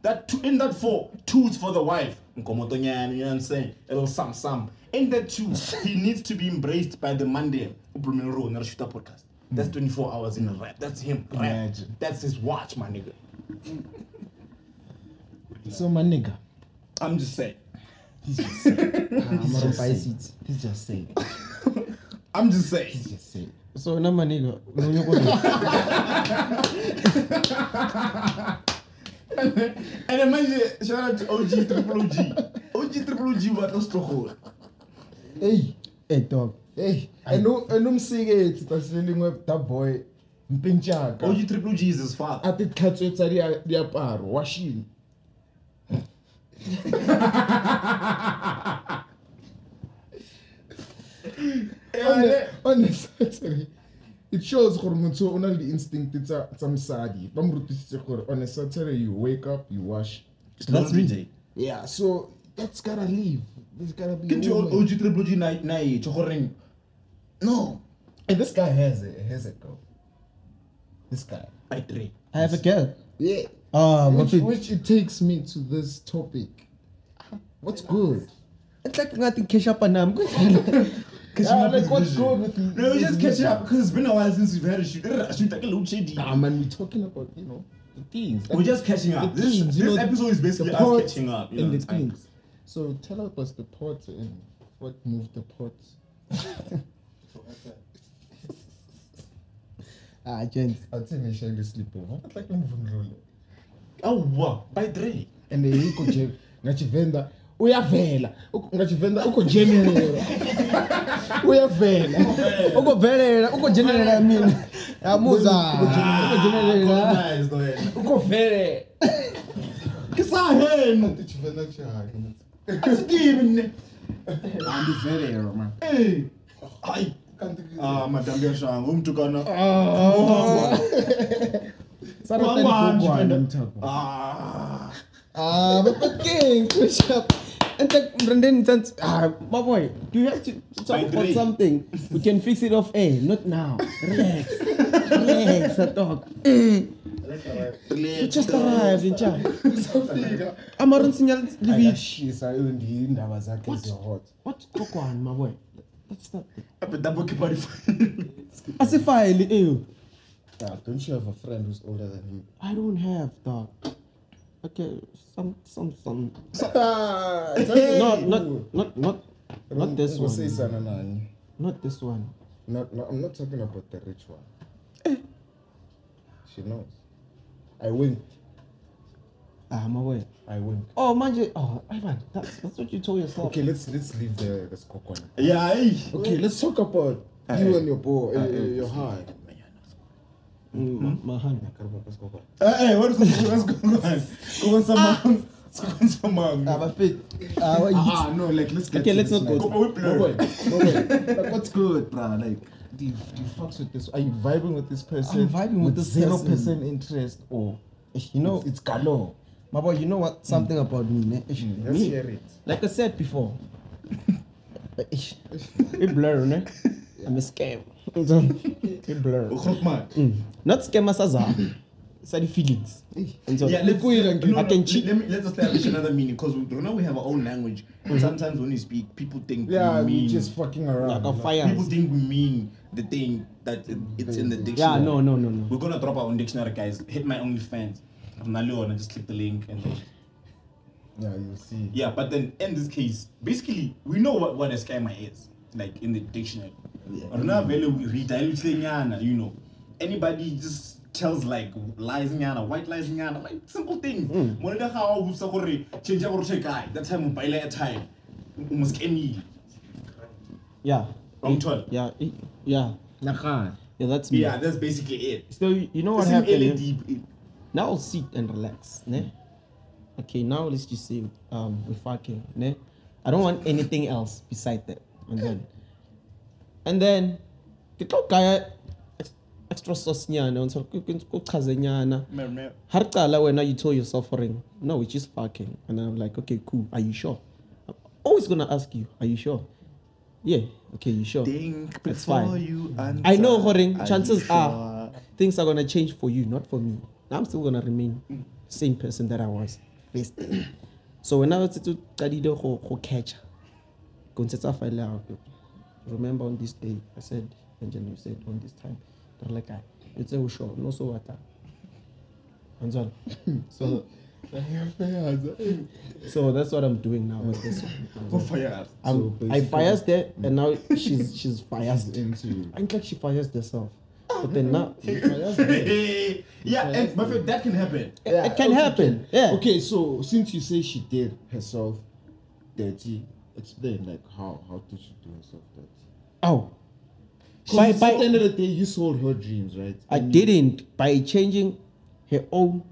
A: That two, in that four, two's for the wife. Nkomotonyane, you know what I'm saying? A little sam sam. In that two, he needs to be embraced by the Monday. Ubrumelo, Narashita podcast. That's 24 hours in a rap. That's him. Rap.
D: Imagine.
A: That's his watch, my nigga.
D: So my nigga,
A: I'm just saying.
D: he's just saying.
C: I'm
D: He's
C: on
D: just
C: buy
D: saying.
C: seats.
D: He's just saying.
A: I'm just saying.
D: He's just saying.
C: So na maniga. No yoko.
A: and then imagine, shout out to OG Triple OG. OG Triple OG, what else to hold?
D: Hey,
C: Hey Eh, dog.
D: hey. And um, and um, sing it. That's dealing with that boy. Mpenjaka.
A: OG Triple OG is his father.
D: Ati katso etsa di di aparo washing. On a- on a Saturday, it shows gore motho o na le di-instinct tsa tsa mosadi ba mo rutisitse gore on a saturday you wake up you wash
A: That's me.
D: yeah so that's gotta leave there's gotta be
A: Get
D: a
A: to
D: woman.
A: OG Triple G na na ye, Chokoreng. No,
D: and this guy has it has it girl this guy
A: I three.
C: I have a girl.
D: yeah
C: Ah, my
D: which,
C: fit.
D: which it takes me to this topic what's good
C: It's like nothing catch up and I'm
A: Catching
D: Yeah,
A: up
D: like,
A: is
D: what's
A: vision.
D: good with you-
A: No, we
D: with
A: just
D: you?
A: catching up because it's been a while since we've had a shoot. A shoot like a little shady.
D: nah man we're talking about you know the things
A: We're just catching up.
D: The
A: This,
D: things, you
A: this
D: know,
A: episode is basically
D: the
A: us
D: pot
A: catching up. You know,
D: and the
A: what I'm saying?
D: things so tell us what's the pot and what moved the pot
C: Ah, gents.
D: athi ngishayele sleepover like ngivunule
A: Oh wow, by three.
D: and yikho nje ngachivenda uyavela Uku- ngachivenda uko general uyavela
C: Uko velela, uko oh, general I mean. Yamuza.
D: Ah,
C: lah.
D: general
A: Nice, no, yeah.
D: uko vele
A: Kisahen.
F: Chivela chihari.
A: Steven.
D: andivele roma
A: Hey. Hi. Ah, madam Yashang, whom to gonna. Ah.
C: Ah, but but gang, push up. And like Brendan since ah, my boy, do you have to talk
A: By
C: about
A: three.
C: something? We can fix it off air, not now. Relax. Relax, a dog. Eh, You just arrived in chat. I'm around signal Libich.
D: shisa indaba zakhe zihot
C: What cook one, my boy? that's not.
A: Ape double keep on
C: As if I, ew,
D: Dog, don't you have a friend who's older than you?
C: I don't have dog. Okay, some, some, some.
D: Ah, it's okay.
C: No, not, not, not, not this
D: We'll say
C: one.
D: Sananani.
C: Not this one.
D: Not, no, I'm not talking about the rich one. she knows. I winked.
C: Ah, I'm aware.
D: I winked.
C: Oh, manje. Oh, Ivan, that's that's what you told yourself.
D: Okay, let's let's leave the the score corner.
A: Oh. Yeah, hey.
D: Okay, let's talk about
A: Ah,
D: you
A: eh.
D: and your boy, uh,
A: Ah, eh.
D: your heart.
C: Mm, my, my hand.
A: Hey, Eh, what is what's going on? Go on some mom. Go on some
C: Ah,
A: mom.
C: my feet. Ah, what you-
D: Ah, no, like let's get.
C: Okay,
D: to
C: let's
D: this
C: not go
D: now.
A: Go away, blur.
D: No way, no way. Like, what's good, bruh? Like, do you, do you fucks with this? Are you vibing with this person?
C: I'm vibing with this
D: zero
C: person.
D: percent interest, or
C: you know,
D: it's, it's galo.
C: my boy. You know what? Something about me, ne? Ish,
D: Mm, Let's
C: Mm-hmm. me.
D: hear it.
C: Like I said before. Ish. It blur, ne? I'm a scam. It blur.
A: Ukhuluma.
C: Mm. Not scam as It's the feelings. And so,
A: Yeah, let's,
C: e I
A: no, no,
C: can
A: let-
C: cheat.
A: Let me let's establish another meaning because we don't know we have our own language.
C: Mm-hmm.
A: Sometimes when we speak, people think
D: Yeah,
A: we mean
D: we just fucking
C: like
D: around.
C: a fire.
A: people think we mean the thing that it, it's in the dictionary.
C: Yeah, no, no, no, no.
A: We're gonna drop our own dictionary, guys. Hit my OnlyFans. I'm not and just click the link and then-
D: yeah, you see.
A: yeah. But then in this case, basically, we know what, what a scammer is, like in the dictionary. Rona vele we redilute nyana, you know. Anybody just tells like lies nyana, white lies nyana, like simple things.
C: Hmm.
A: Mona ka ha o botsa gore change gore check guy. That time o buy airtime. O mo scamile.
C: Yeah.
A: Wrong turn.
C: Yeah. eh, Yeah.
D: Nakhan.
C: Yeah, that's me.
A: Yeah, that's basically it.
C: So you know what
A: It's E in
C: Hmm. happened?
A: LED,
C: eh?
A: it-
C: now sit and relax ne okay now let's just say um we fucking ne i don't want anything else beside that and then and then ke tlo kaya ex- extra sauce nyana on top kuchaze nyana
A: Meh, meh.
C: ha re qala wena you told yourself ring no it's just fucking and i'm like okay cool are you sure i'm always gonna ask you are you sure yeah okay you sure
A: think
C: That's
A: before
C: fine.
A: you answer.
C: I know, Horing.
A: Are
C: Chances
A: you
C: are
A: sure?
C: things are gonna change for you, not for me. I'm still gonna remain the same person that I was. Yes. so when I was to study the whole catch, remember on this day, I said, and then you said on this time, they're like, "Ah, I, you say, sure, no, so what? ah." And so, so,
D: eh?
C: so that's what I'm doing now. with this one.
A: Go fire us.
C: I'm,
D: So
C: I fires there, and now she's she's fires.
D: into
C: I think like she fires herself,
A: Ah,
C: but then now
A: E yeah, and, my friend, that can happen.
C: It- it can happen. Yeah.
D: Okay, so since you say she did herself dirty, explain like how how did she do herself dirty?
C: Oh.
D: 'Cause
C: By,
D: at the end
C: by,
D: of the day, you sold her dreams, right?
C: I didn't by changing her own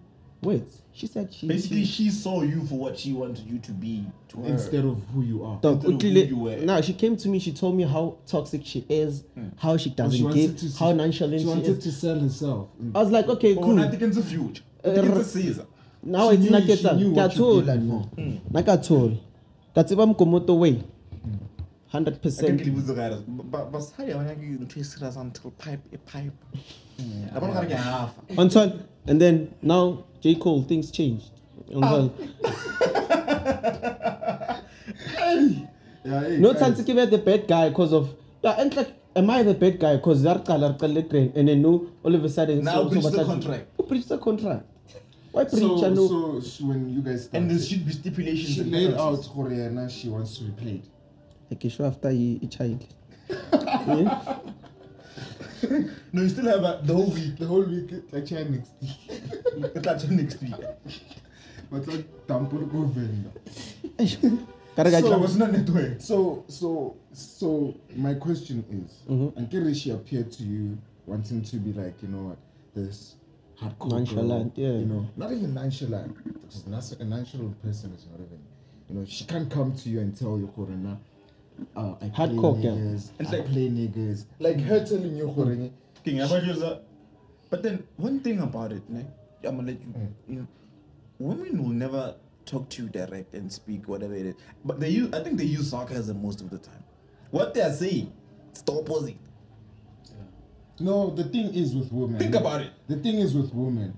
C: words. She said she.
A: Basically, she saw you for what she wanted you to be to her.
D: instead of who you are.
C: Dog,
A: instead of who
C: Utlile-
A: you were.
C: now she came to me. She told me how toxic she is, how
D: Hmm.
C: she
D: She
C: doesn't
D: wanted
C: give, how nonchalant
D: she
C: she,
D: wanted
C: is.
D: to sell herself. Mm.
C: I was like, okay,
A: Oh,
C: cool.
A: now I think it's a future. I think it's a season.
C: now
D: She
C: it's
D: knew-
C: not
D: she
C: get up.
D: knew what you
C: Katol,
D: did
C: no. Nakatol. Katsiba mkomoto way. Hundred
A: I can't
C: percent.
A: believe the guy. But but sorry, I'm not going to e serious until pipe a pipe. I'm not gonna get half.
C: Anton, and then now J Cole things changed.
D: Ah.
C: Anton,
D: Yeah, hey,
C: no
D: guys,
C: chance to give her the bad guy because of yeah and like am i the bad guy because they're and then no all of a sudden
A: Now breach the
C: batla-
A: contract.
C: who breached the contract why breach
B: So,
C: I know?
B: so she, when you guys
A: And
B: started,
A: there should be stipulations.
B: she
A: and
B: laid out
A: penalties.
B: Koreana, she wants to be played.
C: okay sure after he, he child yeah?
A: No, you still have uh, the whole week.
B: The whole week, like she had next week.
A: It's like next week.
B: But like, Tampol Govenda.
C: Gotta get-
A: So I was not network.
B: So, so, so, my question is,
C: Mhm.
B: and Kiri, she appeared to you wanting to be like, you know what, this hardcore girl,
C: Nonchalant, yeah.
B: You know,
D: not even nonchalant. Because nas- a nonchalant person is not even, you know, she can't come to you and tell you, Corona, uh, I
C: Hardcore
D: play
C: girl.
D: niggas,
A: It's
D: I
A: like-
D: play niggas. Like her telling you, Corona,
A: King, I thought you was a- But then one thing about it, ne? I'm gonna let you.
B: Mm.
A: You know, women will never talk to you direct and speak whatever it is. But they use, I think they use sarcasm most of the time. What they are saying, it's the opposite.
B: No, the thing is with women.
A: Think about it.
B: The thing is with women.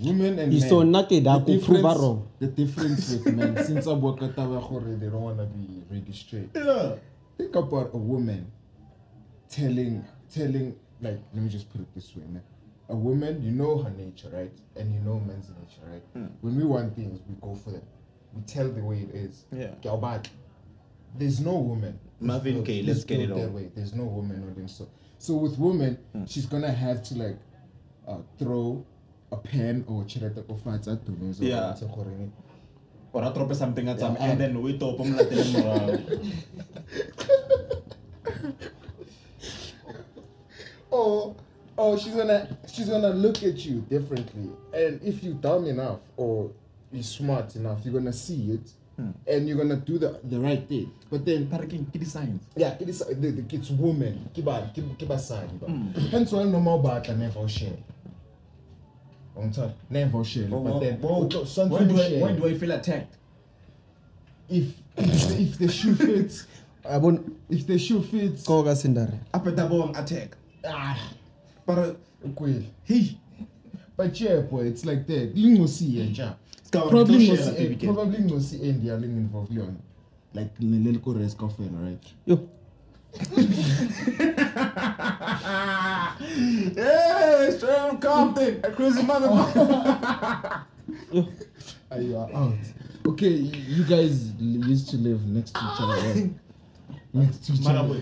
B: Women and
C: You
B: men.
C: saw naked, I
B: the
C: could prove her
B: difference-
C: wrong.
B: The difference with men, since Abuakatawa Khore, they don't want to be really straight.
A: Yeah.
B: Think about a woman
D: telling telling like let me just put it this way man. a woman you know her nature right and you know men's nature right
B: Hmm.
D: when we want things we go for them we tell the way it is
B: Yeah.
D: Gyawubad. there's no woman who's
B: Marvin
D: built-
B: Gaye,
D: who's
B: let's get
D: built
B: it
D: that
B: on. Hmm.
D: way there's no woman on them so so with women she's gonna have to like uh, throw a pen or chelete ko fatshe, I don't know, so
B: Yeah.
D: it's a gore-
B: or a trope something at some
D: Yeah.
B: and then we top him like
A: uh,
D: or or Oh, she's gonna she's gonna look at you differently and if you dumb enough or you smart enough you're gonna see it
B: Hmm.
D: and you're gonna do the the right thing but then
B: parking kitty signs
D: yeah it is the, the kids woman kiba kiba sani ba
B: Hmm.
D: hence why normal but I never share on top never share but then
B: Whoa,
D: but
B: whoa, Oh, why
D: something
B: do I,
D: share.
B: why do I feel attacked
D: if if the, if the shoe fits
C: I won't
D: if the shoe fits
C: go us in there.
B: up at the bomb attack
D: ah
B: but uh,
D: kweli
B: he
D: But yeah, boy, it's like that. Lingosi and yeah.
B: Ska-
D: Probably
B: don't share, baby
D: ngosi
B: girl.
D: probably ngosi and yeah, ling involved Leon. Like nilelko race coffee, right?
C: Yo,
B: Hey, straight from Compton, a crazy motherfucker.
D: Are you are out? Okay, you guys l- used to live next to each other. Right? Next to each other.
B: Maraboy.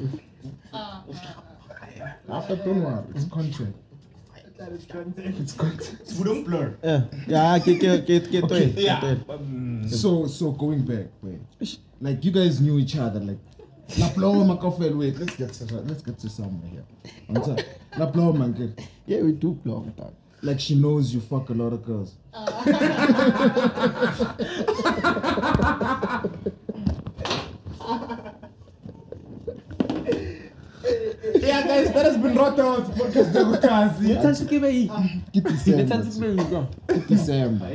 E: Ah, ah,
D: After don't worry, it's content.
E: ah, that is content.
D: It's content.
B: We don't blur.
C: yeah, yeah, get get get get to it. get to
B: Yeah.
C: it. Mm.
B: Um,
D: So so going back, wait. Like you guys knew each other, like Laplow Makofel, wait, let's get to let's get to somewhere here. Laplow Manke.
C: Yeah, we do blog dog.
D: Like she knows you fuck a lot of girls.
B: yeah, guys, that has been brought out because the Gukazi.
C: Let's give it.
A: Ah.
D: Ke December, tse-
C: it.
D: ke December.
B: I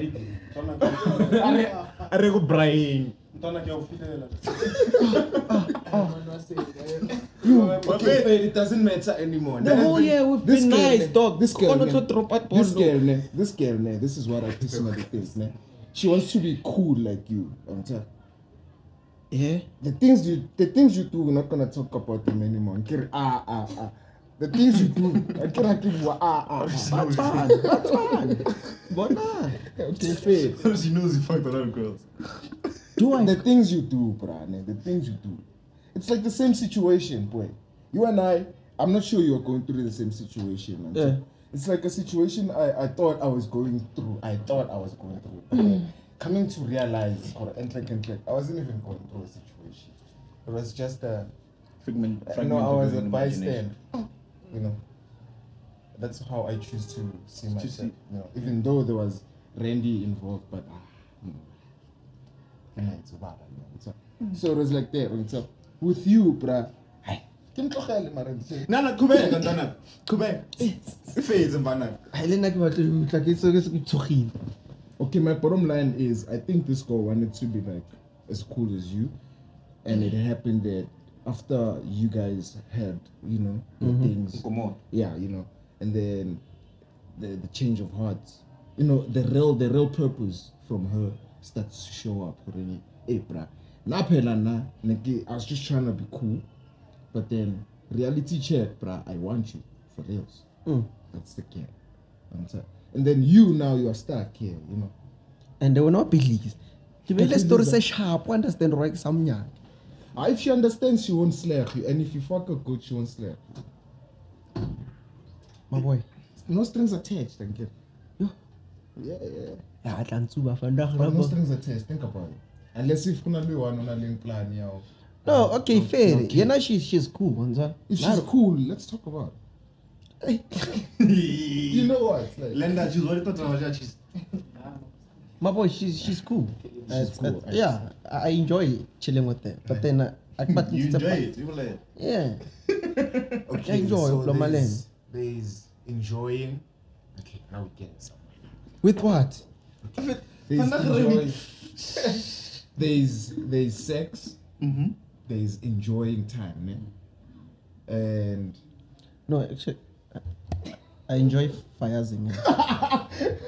B: go Brian.
E: Everyone was saying, eh,
B: Okay.
D: Okay, it doesn't matter anymore.
C: The whole year Oh, we've
D: This
C: been
D: girl,
C: nice,
D: ne?
C: dog.
D: This girl,
C: Kono
D: ne?
C: to drop at
D: This
C: ball,
D: girl, ne? This girl, ne? This is what I personally think, ne? She wants to be cool like you. I'm tell-
C: Yeah.
D: The things you, the things you do, we're not gonna talk about them anymore. Nkere, ah, ah, ah. The things you do, I cannot give you ah, ah, ah.
B: knows.
C: That's fine. But nah.
D: Okay, fair.
B: She knows he fucked a lot of girls.
C: Do I?
D: The things you do, bruh, ne? The things you do. It's like the same situation, boy. You and I, I'm not sure you're going through the same situation. I'm
C: Yeah.
D: It's like a situation I, I thought I was going through. I thought I was going through. But then coming to realize, or and like, and like, I wasn't even going through a situation. It was just um, a,
B: Figment.
D: you know,
B: fragment of
D: I was
B: your
D: a bystander.
B: imagination.
D: You know, that's how I choose to see myself.
B: see.
D: You know, even though there was Randy involved, but ah, you know, and it's about it, you know, it's a- so it was like that. and So with you, bruh. hey, ke ntlogele, mara, ntle-
B: No, no, Kubeka, Donna. Kubeka. Face and Banana.
C: I didn't like what you like. It's it's talking.
D: Okay, my bottom line is I think this girl wanted to be like as cool as you, and it happened that after you guys had, you know, the
B: Mm-hmm.
D: things,
B: Come on.
D: yeah, you know, and then the the change of hearts, you know, the real the real purpose from her starts to show up. Really, hey, bruh. Na phela na, neke, I was just trying to be cool, but then reality check, bruh. I want you for reals.
C: Mm.
D: That's the game. I'm sorry. And then you now you are stuck here, you know.
C: And they were not believed. The
D: Ke
C: way story
D: believe-
C: say sharp, we understand right some young.
D: Ah, if she understands, she won't slap you, and if you fuck her good, she won't slap. you.
C: My boy.
D: No strings attached, thank you.
C: Yeah.
D: Yeah, yeah.
C: Yeah, I can't super vandaag.
D: But no
C: rabo.
D: strings attached. Think about it. Unless if kuna lui one on a link plan, yeah. or-
C: No, okay,
D: No,
C: fair.
D: no,
C: You know she's she's cool, Anza.
D: If she's cool, let's talk about. it. You know what? Like,
B: Linda, she's already talking about that. She's.
C: My boy, she's she's cool. It's-
D: cool,
C: it's- yeah, I I enjoy chilling with her. But then, uh, I but
B: You
C: it's a-
B: enjoy it. You
A: eh.
B: like.
C: Yeah.
D: okay,
C: enjoy, Blomalane.
D: there's, there's enjoying. Okay, now we get somewhere.
C: With what?
D: There's
B: Vandaag
D: enjoy, there's there's sex.
B: Mm-hmm.
D: There's enjoying time, man. And
C: No, actually, I- I enjoy firezzing. That's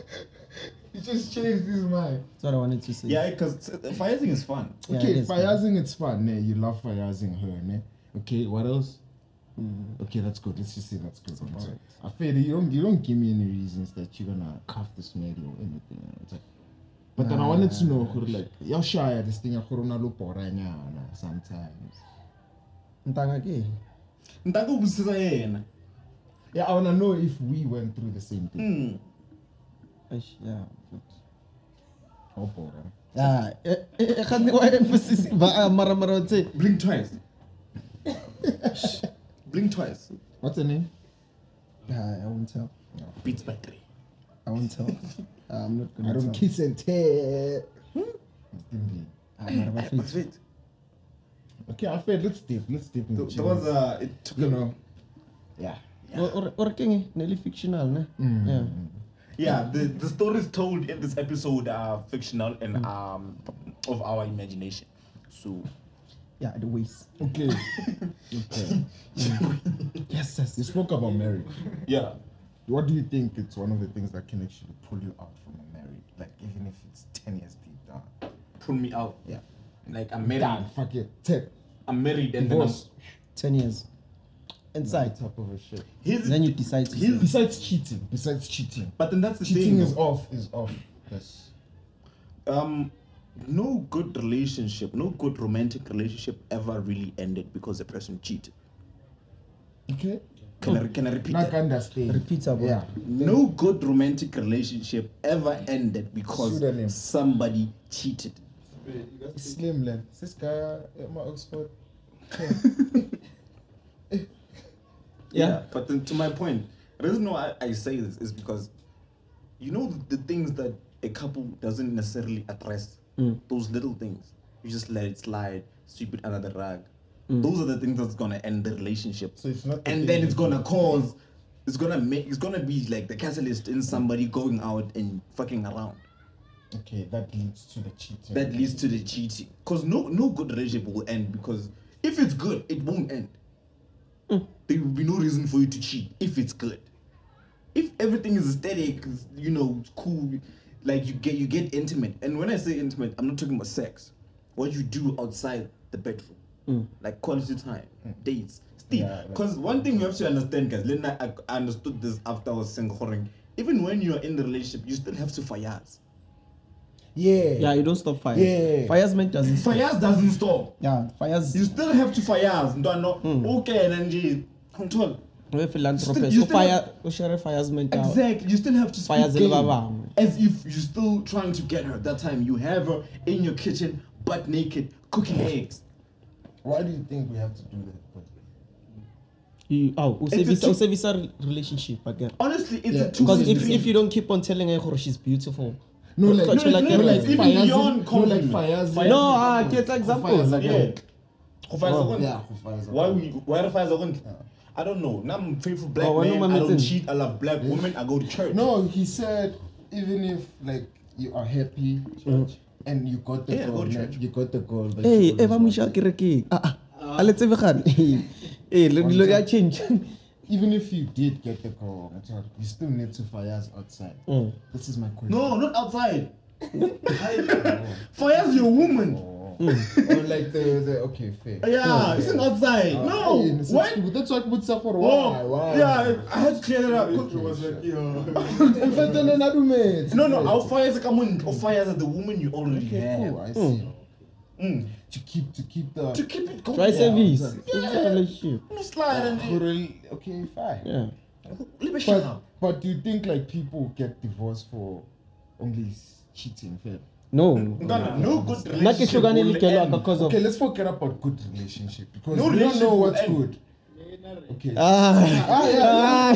D: he just changed his mind.
C: what I wanted to say.
B: Yeah, because
A: uh,
B: fighting is fun.
C: Yeah,
D: okay,
C: it is, man.
D: eh? Fayazing, it's fun. Ne? You love Fayazing her. Ne? Okay, eh? what else?
C: Mm.
D: Okay, that's good. Let's just say that's good. It's like, I feel you don't you don't give me any reasons that you're gonna cuff this lady or anything. eh? It's like, but then I wanted to know, gore, like, you're shy this thing. gore o na le boranyana Sometimes.
C: ntanga ke eng?
B: ni ta ku vutisa yena
D: Yeah, I wanna know if we went through the same thing.
B: Mm.
C: Eish, yeah, but- Mm.
D: Or bora.
C: Ah, e- e- e gane wa emphasis ba ah, a maramara tse
B: blink twice blink twice
D: What's her name?
C: Ah, i won't tell
B: beats by three
C: i won't tell Ah, i'm not
D: I
C: gonna
D: don't
C: tell
D: kiss and tell.
C: Hmm?
D: Dimbi.
C: Ah, mara ba
B: But
C: fetsi.
B: wait,
D: Okay, I feel let's dip. Let's dip in
B: there
D: the
B: there was
D: channels.
B: a it took you know
D: Yeah.
C: O- o re- o re keng e? ne le fictional ne
D: Mm.
C: yeah
B: yeah the the stories told in this episode are fictional and um of our imagination so
C: yeah the ways
D: Okay. okay.
C: yes yes
D: You spoke about marriage.
B: yeah
D: What do you think it's one of the things that can actually pull you out from a marriage? Like even if it's ten years deep down.
B: pull me out
D: Yeah.
B: like i'm married
D: Done. Ah, Fuck it. Tech.
B: i'm married and then I'm,
D: Divorce.
C: 10 years inside
D: That type of a shit.
B: here's
C: then you decide to
B: He's-
C: say,
D: Besides cheating. Besides cheating.
B: but then that's the
D: Cheating
B: thing
D: is off. Is off. Yes.
B: um no good relationship no good romantic relationship ever really ended because the person cheated
D: Okay.
B: can, I, can I repeat
D: Like
B: that?
D: understand.
C: Repeatable.
D: Yeah.
B: no good romantic relationship ever ended because
D: Pseudonym.
B: somebody cheated
D: Slim land. This guy at my Oxford.
B: yeah. but then to my point the reason why i say this is because you know the, the things that a couple doesn't necessarily address those little things you just let it slide sweep it under the rug those are the things that's gonna end the relationship
D: So it's not the
B: and
D: thing
B: then
D: that
B: it's gonna cause it's gonna make it's gonna be like the catalyst in somebody going out and fucking around
D: Okay, that leads to the cheating.
B: that leads to the cheating because no no good relationship will end because if it's good it won't end there will be no reason for you to cheat if it's good if everything is aesthetic is, you know it's cool like you get you get intimate and when i say intimate i'm not talking about sex what you do outside the bedroom like quality time dates Steve,
D: Yeah, that's-
B: because one thing you have to understand guys Lena, I, I understood this after i was single even when you're in the relationship you still have to fires
D: Yeah.
C: yeah you don't stop fires
D: Yeah.
C: fires meant doesn't stop
B: fires doesn't stop
C: yeah fires
B: you still have to fires ntwana
D: Hmm.
B: ukena nje ngithola
C: we philanthropist
B: you
C: o
B: still-
C: fire o share fires meant out
B: exactly you still have to speak
C: Fires in
B: game
C: Babang.
B: as if you're still trying to get her that time you have her in your kitchen butt naked cooking eggs
D: Why do you think we have to do that? But
C: You- aw, o service
B: two-
C: o service relationship again
B: honestly it's a two
C: because if if you don't keep on telling her gore she's beautiful
D: No, like-
C: because you
B: No,
C: like
B: no,
C: her,
B: no,
C: like,
B: it's even
D: Fires-
B: beyond
D: no, like
B: compliment.
D: fires.
C: no ah ke tsa examples
B: yeah go fires
D: Oh,
B: akon-
D: yeah, go fires
B: why
D: akon.
B: we why the fires akon- I don't know. Now I'm faithful black
C: Oh, why no
B: man. I
C: man
B: don't
C: meeting?
B: cheat. I love black women. I go to church.
D: No, he said even if like you are happy and you got the
B: Yeah, go
D: goal,
B: to
D: like,
B: church.
D: you got the goal. but
C: Hey,
D: you
C: e
D: always
C: ba
D: want
C: moša
D: it.
C: kerekeng Ah, ah, a le tsebegane ee le dilo ya change
D: Even if you did get the goal, I'm sorry, you still need to fires outside.
C: Mm.
D: This is my question.
B: no, not outside. fires your woman.
D: Or, or like the, the okay, fair.
B: Yeah, it's an outside.
D: Ah,
B: no,
D: Yeah, it's-
B: when?
D: That's what puts up for why,
B: Oh,
D: why?
B: yeah, I had to clear that up.
D: Okay,
B: Was
D: sure.
B: like, yeah.
D: In fact, then I do mate.
B: no, no, I'll fire as a common, or fire as the woman you already
D: Okay,
B: have.
D: cool, I see.
B: Mm.
D: To keep, to keep the.
B: To keep it going.
C: try service
D: exactly.
C: It's a relationship
B: No slide and
D: Who really- okay, fine.
C: yeah
B: Leave me shut
D: Ah, But but
B: up.
D: do you think like people get divorced for only s- cheating? Fair.
C: no
B: No, no, no good
C: nna ke
B: relationship.
C: hlokane le
B: will
C: kelo
B: end.
C: ka cause of
D: Okay, let's forget about good relationship because
B: No
D: we don't
B: relationship eh? Uh,
D: know
B: will
D: what's
B: end.
D: good. Okay.
C: Ah,
D: Ah,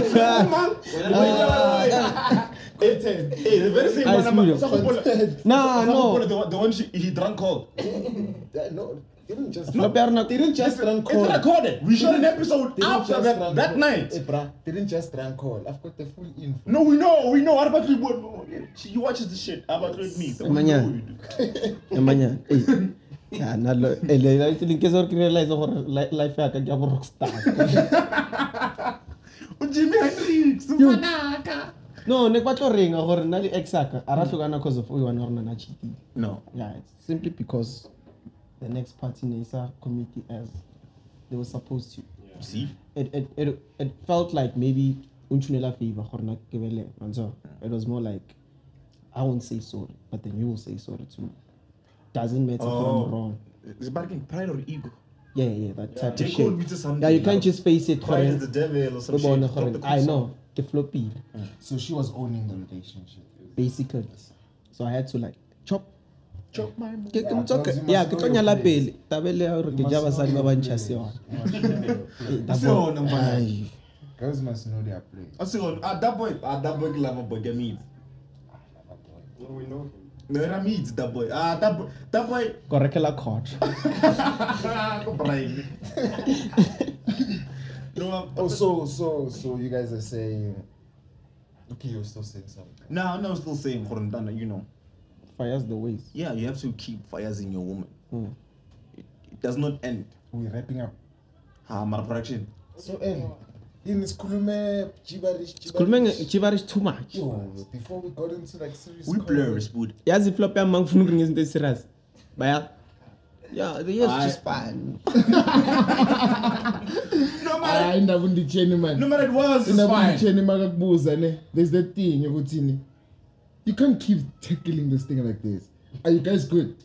D: yeah,
B: Hey, hey, the very
D: Ah,
B: same
C: I
B: one.
C: screwed
B: I'm-
C: up.
B: Sakopolo-
C: Nah,
B: Sakopolo,
C: no.
B: The one- the one she, he drank all.
D: yeah. No, they didn't just.
C: flop ya rona
D: They didn't just drunk call.
B: It's recorded. We shot an
D: They
B: episode
D: didn't
B: after
D: just
B: that,
D: drunk
B: that
D: call.
B: night.
D: Hey, bruh, they didn't just drunk call. I've got the full info.
B: No, we know, we know. What about you? She watches the shit. How about with me? So we
C: Emanyana.
B: know you do.
C: emanyana ee Ah, nna lo- eh, le- le- le- in case gore ke realise gore li- life ya ka ke ya bo rockstar
B: Jimi Hendrix, Manaka.
C: no ne ke batlo renga gore nna le ex aka a ra tlhokana cause of o one gore nana cheating
B: No.
C: yeah it's simply because the next party ne sa committee as they were supposed to
G: Yeah.
B: See?
C: it, it, it, it felt like maybe unchunela favor gore na ke bele so it was more like i won't say sorry but then you will say sorry to me doesn't matter oh. i'm wrong
B: It's about getting pride or ego.
C: yeah yeah that type of
B: J. Cole beats us
C: shit
B: someday.
C: yeah you can't just face it
G: Pride is
C: gore
G: the devil or some
C: re bone
G: shit.
C: gore
G: Drop the
C: i
G: cool
C: know ke flopile
D: So she was owning the relationship.
C: basically so i had to like chop
D: Chop my mouth.
C: ke ke mtsoke
D: because you
C: yeah
D: must
C: ke
D: know
C: tlo
D: your
C: nyala
D: place.
C: pele tabe le ya gore
D: You
C: ke
D: must
C: ja
D: know
C: basadi ba
D: your
C: bantšha
D: place.
C: seona
D: You must know your place.
C: That
B: So,
C: boy-
B: number-
C: Ai,
D: Girls must know their place.
B: I see on at that boy, at that boy, lava boy, get me.
G: No, we know him.
B: No, I mean, it's that boy. Ah, that boy, that boy.
C: ko rekela court
B: Ah, go brain. No, I'm-
D: Oh, so so so you guys are saying. Okay, you're still saying something.
B: no, I'm not still saying, Horondana, you know.
C: fires the ways
B: Yeah, you have to keep fires in your woman.
C: Mm.
B: It, it does not end.
D: We're wrapping up.
B: Ah, my production.
D: So and in Skulume gibberish.
C: sikhulume nge-
D: gibberish.
C: gibberish too much
D: Yo, before we got into like serious.
B: We blur, Spood.
C: yazi iflop yam ma ngifuna ukuringa izinto ezi-serious baya yeah the year's
B: Aye.
C: just fine
B: No matter,
D: hayi ndaba unditsheni
B: no
D: mani
B: matter it was, it's
D: ndaba
B: fine.
D: unditsheni makakubuza ne there's that thing ekuthini you can't keep tackling this thing like this are you guys good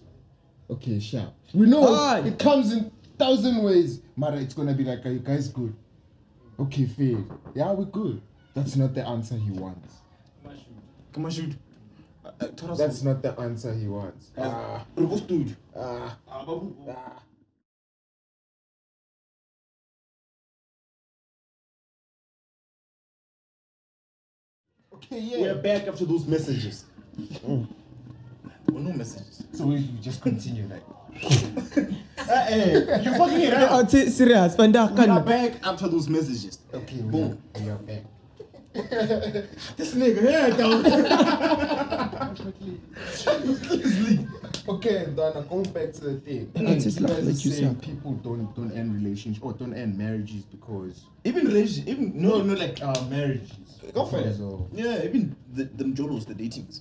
D: okay sharp we know
C: Aye.
D: it comes in thousand ways mara it's gonna be like are you guys good okay fair yeah we're good that's not the answer he wants
B: Come on, shoot. Uh, uh, Thoros-
D: that's not the answer he wants ah,
B: Rubo Studio.
D: ah.
G: We're back after those messages.
B: Oh, no messages.
D: so we, we just continue like
B: eh,
G: hey, you fucking it up.
C: Awuthi serious fandak
B: We are
C: kana
B: back after those messages.
D: okay we are,
B: Boom.
D: we are back
B: This nigga, eh, yeah, dog.
D: Okay, then going back to the thing.
C: That is
D: You
C: like-
D: guys
C: like
D: are
C: you
D: saying
C: said.
D: people don't don't end relationships or don't end marriages because
B: Even relation, even no, no, like
D: uh, marriages.
B: go for it.
D: because of-
B: Yeah, even the them jolos, the datings.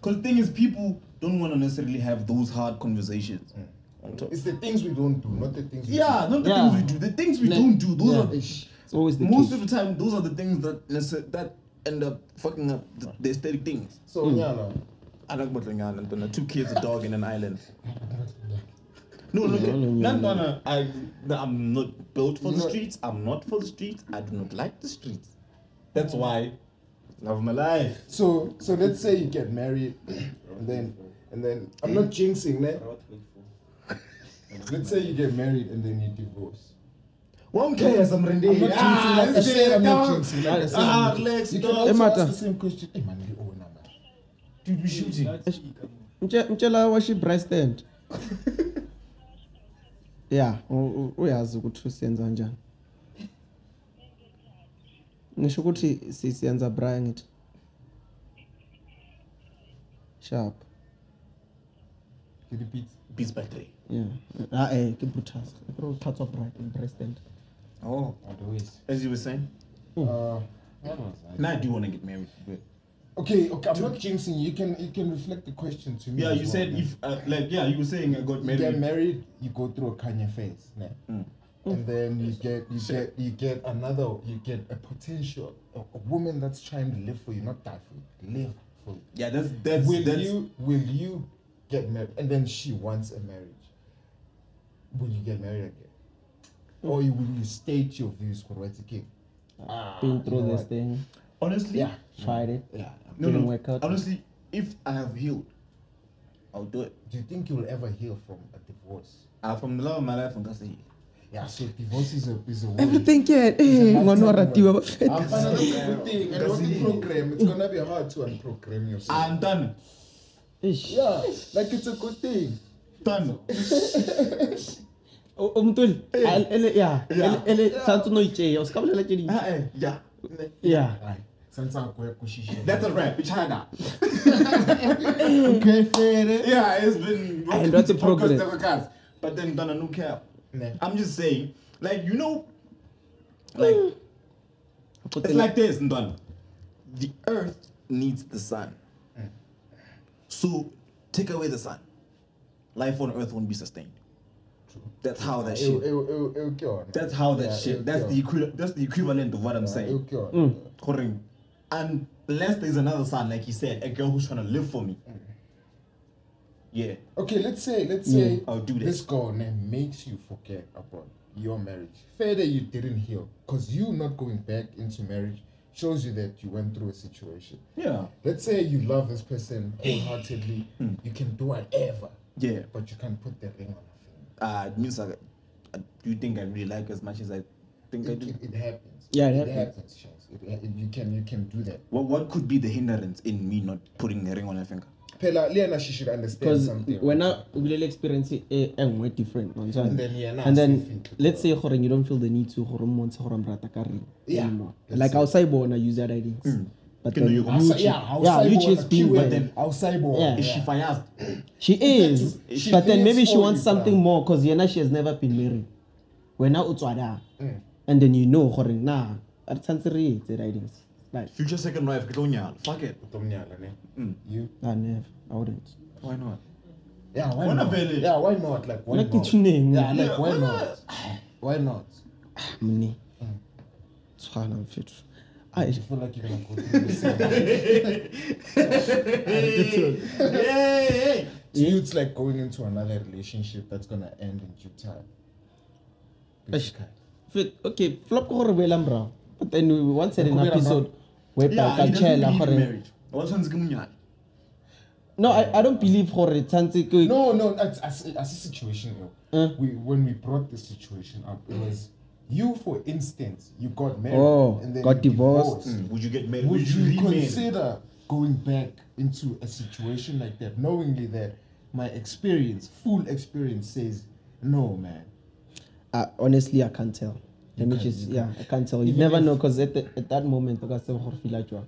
B: Because the thing is, people don't want to necessarily have those hard conversations. On top.
D: It's the things we don't do, not the things. We
B: Hmm. Yeah, not the
C: Yeah.
B: things we do. The things we
C: Ne-
B: don't do. Those
C: yeah.
B: are
D: Ish.
C: it's always the
B: most
C: case
B: of the time. Those are the things that necess- that end up fucking up the, the aesthetic things.
D: Do. So yeah, no.
B: I like Butling Island, but two kids, a dog, and an island. No, look,
C: no, no,
B: no,
C: no.
B: no, no. I, no, I'm not built for the
D: No.
B: streets. I'm not for the streets. I do not like the streets. That's why, love my life.
D: So so let's say you get married, and then and then I'm not jinxing, man. Let's say you get married and then you divorce.
B: One cares, I'm
D: I'm
B: ready. Ah,
D: not jinxing. Like I said, I'm not
B: dog.
D: jinxing. Like I said,
B: Ah,
D: I'm not
B: relax,
D: jinxing. You
B: dog.
D: can also
C: Emata.
D: ask the same question. Hey man, you own man.
B: Dude, we shooting.
C: Mtshe- mtshela washibrasstand ya uyazi ukuthi siyenza njani ngisho ukuthi si- siyenza braya ngithi sharp
D: He repeats.
B: Beats by three.
C: yeah ae ke brutus uthathwa bra president
B: Oh,
D: Otherwise.
B: as you were saying,
D: Uh, what was I?
B: now I do want to get married. But
D: Okay, okay, I'm not jinxing. You can you can reflect the question to me.
B: yeah,
D: as
B: you
D: well,
B: said
D: man.
B: if, uh, like, yeah, you were saying I got
D: you get
B: married.
D: married, you go through a Kanye phase, ne?
B: Mm.
D: and then you get you get you get another you get a potential a, a woman that's trying to live for you, not die for you, live for you.
B: Yeah, that's that's
D: will
B: that's.
D: you will you get married? And then she wants a marriage. Will you get married again, or you, will you state your views for what's king? Ah,
C: been
D: you
C: through
D: know
C: this
D: what?
C: thing
B: Honestly,
D: Yeah,
C: tried it
D: yeah.
B: no,
C: didn't
B: no.
C: work out.
B: Honestly, if I have healed, I'll do it.
D: Do you think you'll ever heal from a divorce?
B: Uh, from the love of my life, I'm gonna say
D: Yeah, so divorce is a is a word.
C: everything yet eh ngwana wa ratiwa ba feta
D: I'm finally everything and what you program, it's gonna be hard to unprogram yourself.
B: I'm done.
C: Eish.
D: yeah, like it's a good thing.
B: Done.
C: O- omtuli Oh,
D: Eh.
C: al- ele- ya ele- ele tshwantse no itsea o se ka bolela tse dintsi
D: Ah,
B: Uh,
D: eh,
B: yeah.
C: ya
D: Right. Since I go kushisha.
B: That's a wrap. It's China.
D: okay, fair.
B: Yeah, it's been.
D: Eh,
C: And that's a problem.
B: Podcast, podcast. But then done a new care.
D: Nah.
B: I'm just saying, like you know, like it's
C: Kotela-
B: like this, done. The earth needs the sun. So take away the sun, life on earth won't be sustained. That's how that
D: Ew,
B: shit.
D: ew, ew, ew, ke yona.
B: That's how that
D: Yeah, ew,
B: shit.
D: ke
B: That's the
D: yona.
B: equivalent. That's the equivalent of what I'm
D: Yeah, ew,
B: saying.
D: ke yona.
B: Gore, Unless there's another side, like you said, a girl who's trying to live for me.
D: Mm.
B: Yeah.
D: Okay, let's say let's say
B: I'll do that.
D: this girl then makes you forget about your marriage. Fair that you didn't heal, cause you not going back into marriage shows you that you went through a situation.
B: Yeah.
D: Let's say you love this person wholeheartedly, you can do whatever,
B: Mm. Yeah.
D: but you can't put the ring on her
B: Uh, it means I, I do think I really like as much as I think I
D: finger.
B: do.
D: It, it, it happens.
C: Yeah, it
D: it
C: happens.
D: happens. Charles. It, it, you can you can do that.
B: What what could be the hindrance in me not putting the ring on her finger?
D: Pela, Liana, she should understand
C: because
D: something.
C: wena o bile le experience e e nngwe different wa
D: And
C: ntsane
D: then, yeah, nah,
C: and
D: still
C: then
D: feel-
C: let's say gore you don't feel the need to gore o mmontshe gore mrata ka reng
D: Yeah,
C: No.
D: let's
C: like
D: say. Mm.
C: ha o sa e bona use that ideas but
B: Ke
C: then
B: no,
C: you
B: you-
D: Outside-
C: choo-
D: yeah,
C: yeah
D: outside
C: you
D: boy, a
C: choose being
D: keyword,
C: well
D: then outside boy.
C: Yeah.
B: Is she fast?
C: she is
D: She- she
C: but then
D: lives
C: maybe she
D: for
C: wants
D: you,
C: something
D: bruh.
C: more because yena she has never been married wena o tswadang and then you know gore na re tshwanetse re etse ridings like
B: Future second wife, Glonyal. Fuck it.
D: Utomnyala, ne? You.
C: I never I wouldn't
B: Why not?
D: Yeah, why
B: Why not
D: not?
B: Pele?
D: Yeah, why not? Like, why
C: Like
D: not?
C: it's name,
D: Yeah,
C: yeah.
D: like, why
B: Why
D: not? Why not?
C: mne tshwana mfethu
D: I
C: Ai,
D: feel like you're gonna go through the same.
B: Hey, hey.
D: To you, it's like going into another relationship that's gonna end in due time. Basically.
C: Fit- okay flop ko gore boela morago but then we once had an
D: Boela
C: episode whereby
B: Yeah,
C: o ka
B: he doesn't
C: tšhela
B: believe in
C: gore
B: marriage. What's on Zgumunyal?
C: no i, I don't believe gore tshwanetse ke
D: No, no, as, as, as a situation, yo,
C: Uh.
D: we when we brought this situation up, it was you, for instance, you got married
C: Oh,
D: and then
C: got
D: you
C: divorced.
B: Would you get married?
D: Mm. Would you
B: remarry?
D: consider going back into a situation like that, knowingly that my experience, full experience, says no, man?
C: I, honestly i can't tell let me
D: can't-
C: just
D: you
C: yeah i can't tell you
D: Even
C: never
D: if-
C: know because at, the- at that moment o ka sebe gore fila jwang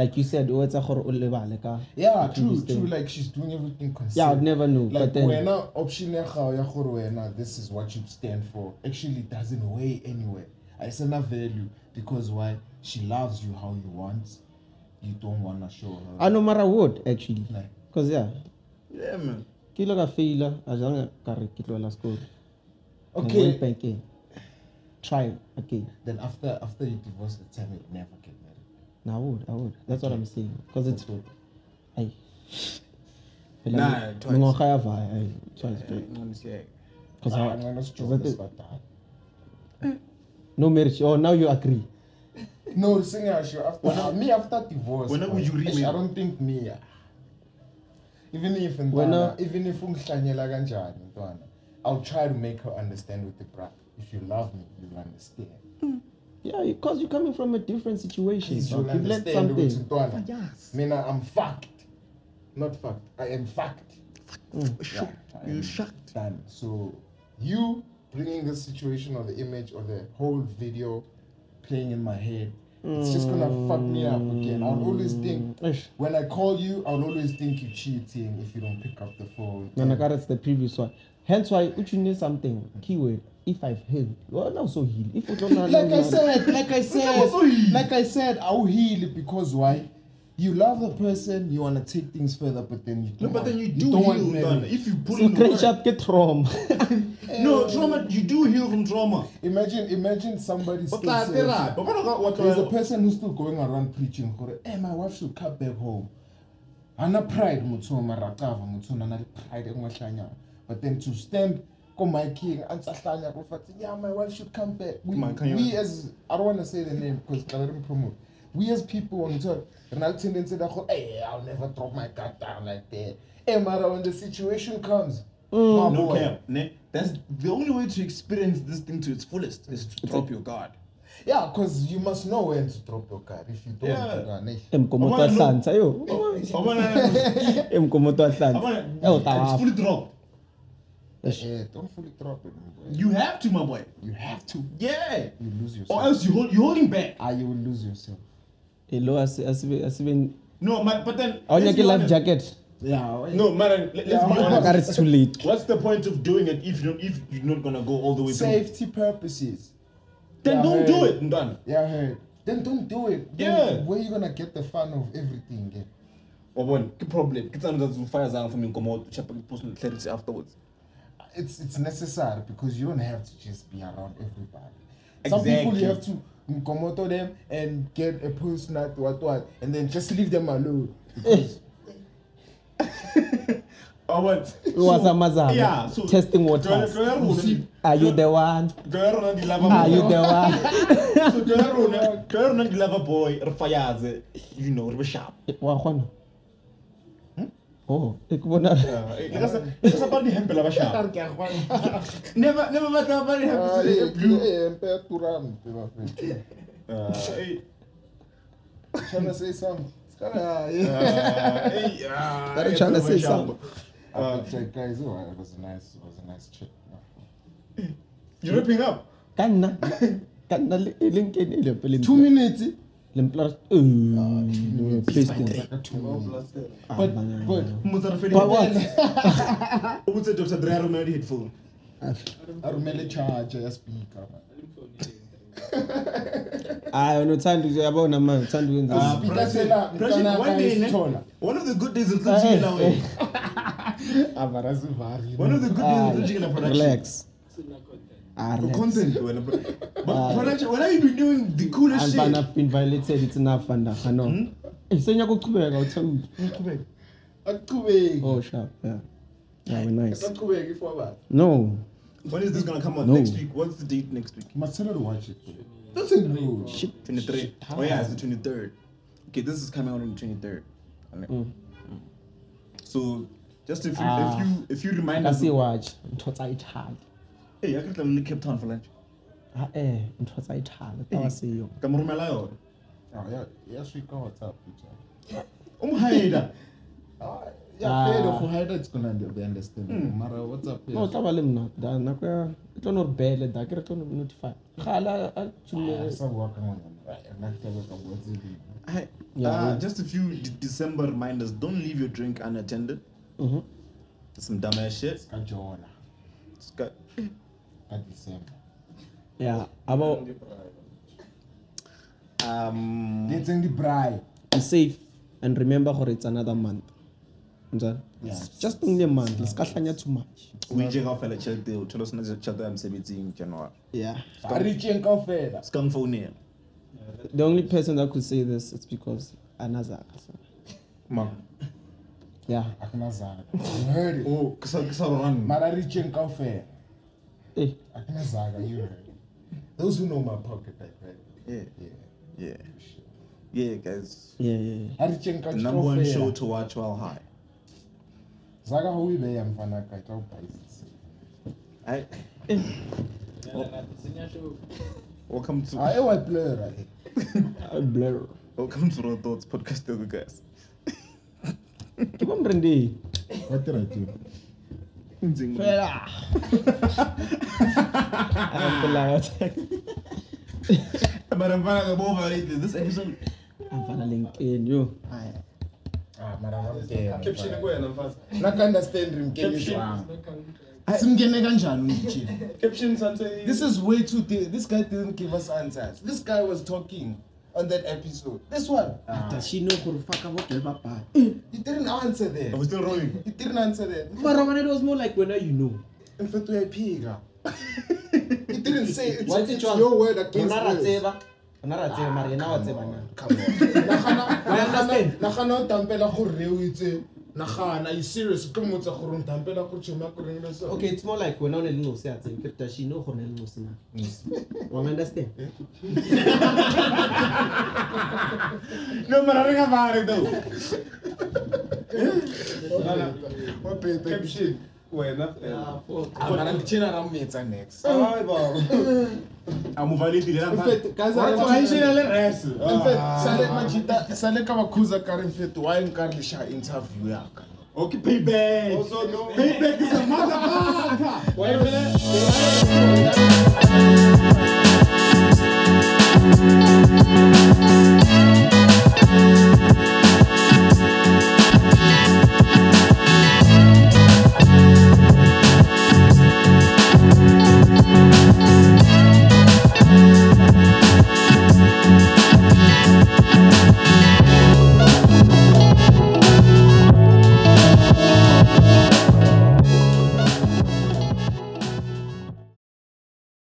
C: like you said o etsa gore o lebale ka
D: Yeah, true,
C: the previous
D: true.
C: thing.
D: Like she's doing everything considered.
C: yeah i'd never know
D: Like
C: but then
D: when our option ya gago ya gore wena this is what you stand for actually doesn't weigh anywhere. I send her value because why she loves you how you want. You don't wanna show her.
C: i no matter what actually
D: Like-
C: because yeah
B: Yeah, man.
C: ke ile ka faila a jang ka re ke tloela sekolo I
D: Okay.
C: went back in. try again
D: Then after after you divorce the time you'll never get married.
C: no, i would i would that's what i'm saying because it's
D: So,
C: Ay.
B: Nah, twice.
C: Mengwaga ya vaya, ay, twice, twice. Cause I-
D: I'm gonna
C: cause I
D: struggle
C: think-
D: about that.
C: no marriage. Oh, now you agree.
D: No, singer, after uh, me after divorce.
B: when I-
D: man,
B: would you remarry?
D: I don't think me. ah. Even if
C: When I-
D: Ntwana- even if ungihlanyela kanjani Ntwana, I'll try to make her understand with the bra. If you love me, you'll understand.
C: Yeah, because you're coming from a different situation.
D: Please,
C: dog.
D: you'll
C: You've learned
D: understand ukuthi
C: something.
D: Ntwana, Mina, I'm fucked. Not fucked. I am fucked. I am
B: You shocked.
D: Done. So you bringing this situation or the image or the whole video playing in my head, it's just gonna fuck me up again. I'll always think
C: Mm, Eish.
D: When I call you, I'll always think you're cheating if you don't pick up the phone.
C: No, no, that's the previous one. Hence why if you need something, keyword, if I've healed, well, now so heal. If you don't know,
D: Like
C: no,
D: I
C: no.
D: said, like I said, like I said, I'll heal it because why? You love the person, you wanna take things further, but then you
B: No,
D: don't
B: but then you
D: want-
B: do
D: don't want
B: heal,
D: marriage.
B: done. If you put
C: So
B: in the
C: cringe
B: work.
C: up, get trauma.
B: No, trauma. You do heal from trauma.
D: Imagine, imagine somebody still
B: But like,
D: says,
B: there are. But what about what?
D: there's a person who's still going around preaching, gore, hey, my wife should cut back home. Ana pride muthu maraqava muthu na na pride engahlanya. But then to stand ko my king antsahlanya ko fathi yeah my wife should come back. We,
B: Man, can you-
D: we as I don't want to say the name because xa re promote. We as people on to rena le tendency that go hey I'll never drop my guard down like that. Hey mara when the situation comes. my
B: Mm, No
D: boy,
B: cap. Ne? That's the only way to experience this thing to its fullest is to drop your guard.
D: Yeah, because you must know when to drop your guard. If you don't,
B: Yeah.
D: you're gonna-
C: Emkomoto
B: I wanna know-
C: ahlanza, yo.
B: I wanna-
C: Emkomoto
B: I
C: ahlanza.
B: wanna-
C: Yo,
B: It's
C: tawa.
B: fully dropped.
D: Yeah, eh, don't fully drop it, my boy.
B: You have to, my boy.
D: You have to.
B: Yeah.
D: You lose
B: Or
D: yourself.
B: else you hold, you're holding back.
D: Ah, you will lose yourself.
C: Hello, asibe asibe.
B: No, man, but then.
C: Awunya
B: let's be
C: ke life
B: honest.
C: jacket.
D: Yeah.
B: No, man, let, let's be
C: Ka re
B: honest.
C: it's too late.
B: What's the point of doing it if you don't, if you're not gonna go all the way through?
D: Safety purposes.
B: Then
D: Yeah,
B: don't
D: hey.
B: do it, Ndan.
D: Yeah, I heard. Then don't do it. Then
B: Yeah.
D: Where you gonna get the fun of everything? Yeah?
B: Or one, the problem. Get another fire zone from Inkomo to check the post clarity afterwards.
D: it's it's necessary because you don't have to just be around everybody. Some people
B: Exactly.
D: you have to incomodo them and get a post night what what and then just leave them alone. Because
B: Oh, what?
C: It was a mazam.
B: yeah, so-
C: testing
B: Joel-
C: waters. Ah,
B: Joel Ronan-
C: Are you the one?
B: Joel Ronan di lava
C: Are you
B: boy.
C: the one?
B: So Joel Ronan- Joel Ronan di lava boy, ri fayaze, you know, ri be sharp.
C: Wa khona. Oh, ikubona.
B: Uh, eh, kasa- kasa ba di hempe la ba sharp. Never- never batla ba di
D: Ah,
B: hempe se- eh, blue. Uh, eh,
D: trying to say something. It's kinda,
B: uh, eh, ah,
C: Ba di
B: eh,
C: trying to
B: ba
C: say
B: sharp.
C: something.
D: Uh, like, guys, oh, it was a nice, it was a nice trip.
B: You ripping up?
C: Ka nna. Ka nna le e le nkene le pele.
D: Two minutes.
C: Le mpla. Oh, please don't. Ah,
D: But, but,
B: Mozart Feli-
C: But what?
B: O botse Dr. Dre a romela di-headphone.
D: Arumele charge, speaker.
C: Hayi, wena uthanda uthi yabona manje uthanda
B: Ah,
C: ukwenza.
D: Speaker
B: President-
D: sela-
B: President, one day, ne?
D: Sithola.
B: one of the good days is jikela wena
D: Abarazivari.
B: one of the good days is
C: Hayi,
B: jikela production
C: Ah, eh. Relax. Ah,
B: The
C: relax.
B: content wena bro
C: Ah,
B: but production when you been doing the coolest
C: And
B: shit
C: bana been violated it's enough and I know. Eh, Isenya kuchubeka uthe
B: Uqhubeke.
D: Aqhubeki.
C: oh sharp yeah. Yeah, we're nice.
D: Aqhubeki for what?
C: No.
B: when is this gonna come out
C: No.
B: next week what's the date next week
D: Marcelo to watch it. That's a rude. Shit.
B: 23 oh yeah it's the 23rd okay this is coming out on the 23rd Okay. Mm. so just if you if
C: Ah.
B: you if you remind us
C: Kasi watch nthotsa ithali.
B: hey I could have Cape Town for lunch
C: Ah eh nthotsa ithali tawa siyo.
B: ka mo romela yona
D: Oh, yeah, yeah, she got what's up, Peter.
B: o mo haida
D: Ah, yeah, fair
C: Ah.
D: enough. How that's gonna be be understandable. Mara, Ah, what's up?
C: No taba le mna da nako ya e tlo no re bele da ke re tlo no notify. Khala a
D: Yeah,
C: tshumele.
D: so working on it. Right, and that's what I'm working on.
B: Hi.
C: Yeah,
B: uh,
C: we-
B: just a few de- December reminders. Don't leave your drink unattended.
C: Mhm.
B: Some dumbass shit.
D: Ka Jona,
B: It's got-
D: ka December.
C: Yeah, abo
B: Um,
D: Let's in the braai.
C: be safe and remember gore it's another month. Nza.
D: Yes.
C: Just only a month. Let's kahlanya too much.
B: we check off a check deal. Tell us not to chat them in January.
C: Yeah.
D: Ba re tjeng kaofela.
B: Skunk phone here.
C: The only person that could say this is because Anazaka. So.
B: Mom.
C: Yeah.
D: Akunazana. You heard it.
B: Oh, kasa kasa run.
D: Mara re tjeng kaofela.
C: Eh.
D: Akunazana, you heard it. Those who know my pocket back, right?
C: Eh.
B: Yeah,
D: Yeah.
B: yeah, yeah, guys.
C: Yeah, yeah. yeah.
D: Ha re tjeng ka
B: The number one
D: kaofela.
B: show to watch while high.
D: Zaka ho ibe ya mfana ka ka basis.
B: I welcome to
D: Ah, e wa player right?
C: Uh, blur.
B: welcome to Raw Thoughts podcast, you guys.
C: Ke bo mrende.
D: What did I do?
C: Fela. Ah, ke la ya.
B: Madam Vanna, I'm over it. This episode.
C: Avana lenkeni yo.
D: Ah, mara wa mtema.
G: Caption
D: mfana.
G: ko yena mfazi.
D: Na ka understanding ke ni jwang. Simngene kanjani umjini?
G: Caption santse.
D: This is way too deep. This guy didn't give us answers. This guy was talking on that episode. This one,
C: Tashino gore faka bo ke ba pa.
D: he didn't answer
B: Are
D: them.
B: we still rolling?
D: He didn't answer them.
C: Mara when it was more like when you know.
D: In fact, we are piga. He didn't say it's,
C: Wathi
D: it's
C: jwang?
D: your word against
C: Ona ra
D: yours.
C: tseba. Ona ra tseba mara yena wa tseba na.
D: Come on. Nagana-
C: We understand.
D: nagana- nagana o tampela gore re o itse nagana you serious ke mmotsa gore o ntampela gore tšhomo ya e koreng le so
C: Okay, it's more like when one le no se a tseng ke tashino go ne le no se na. You understand?
B: No, but I think about it though.
G: Caption wena fela.
C: fuck.
D: mara ditšhena ra mmetsa next
G: Hayi baba.
B: amuvalerile
D: Eh, In fact, guys, I
G: Wathi
D: want to-
G: mention le rest.
D: In fact, sale majita sale ka bakhuza ka re mfeto wa nka re sha interview ya ka
B: okay payback
G: Also no.
B: payback is a motherfucker
G: Wena.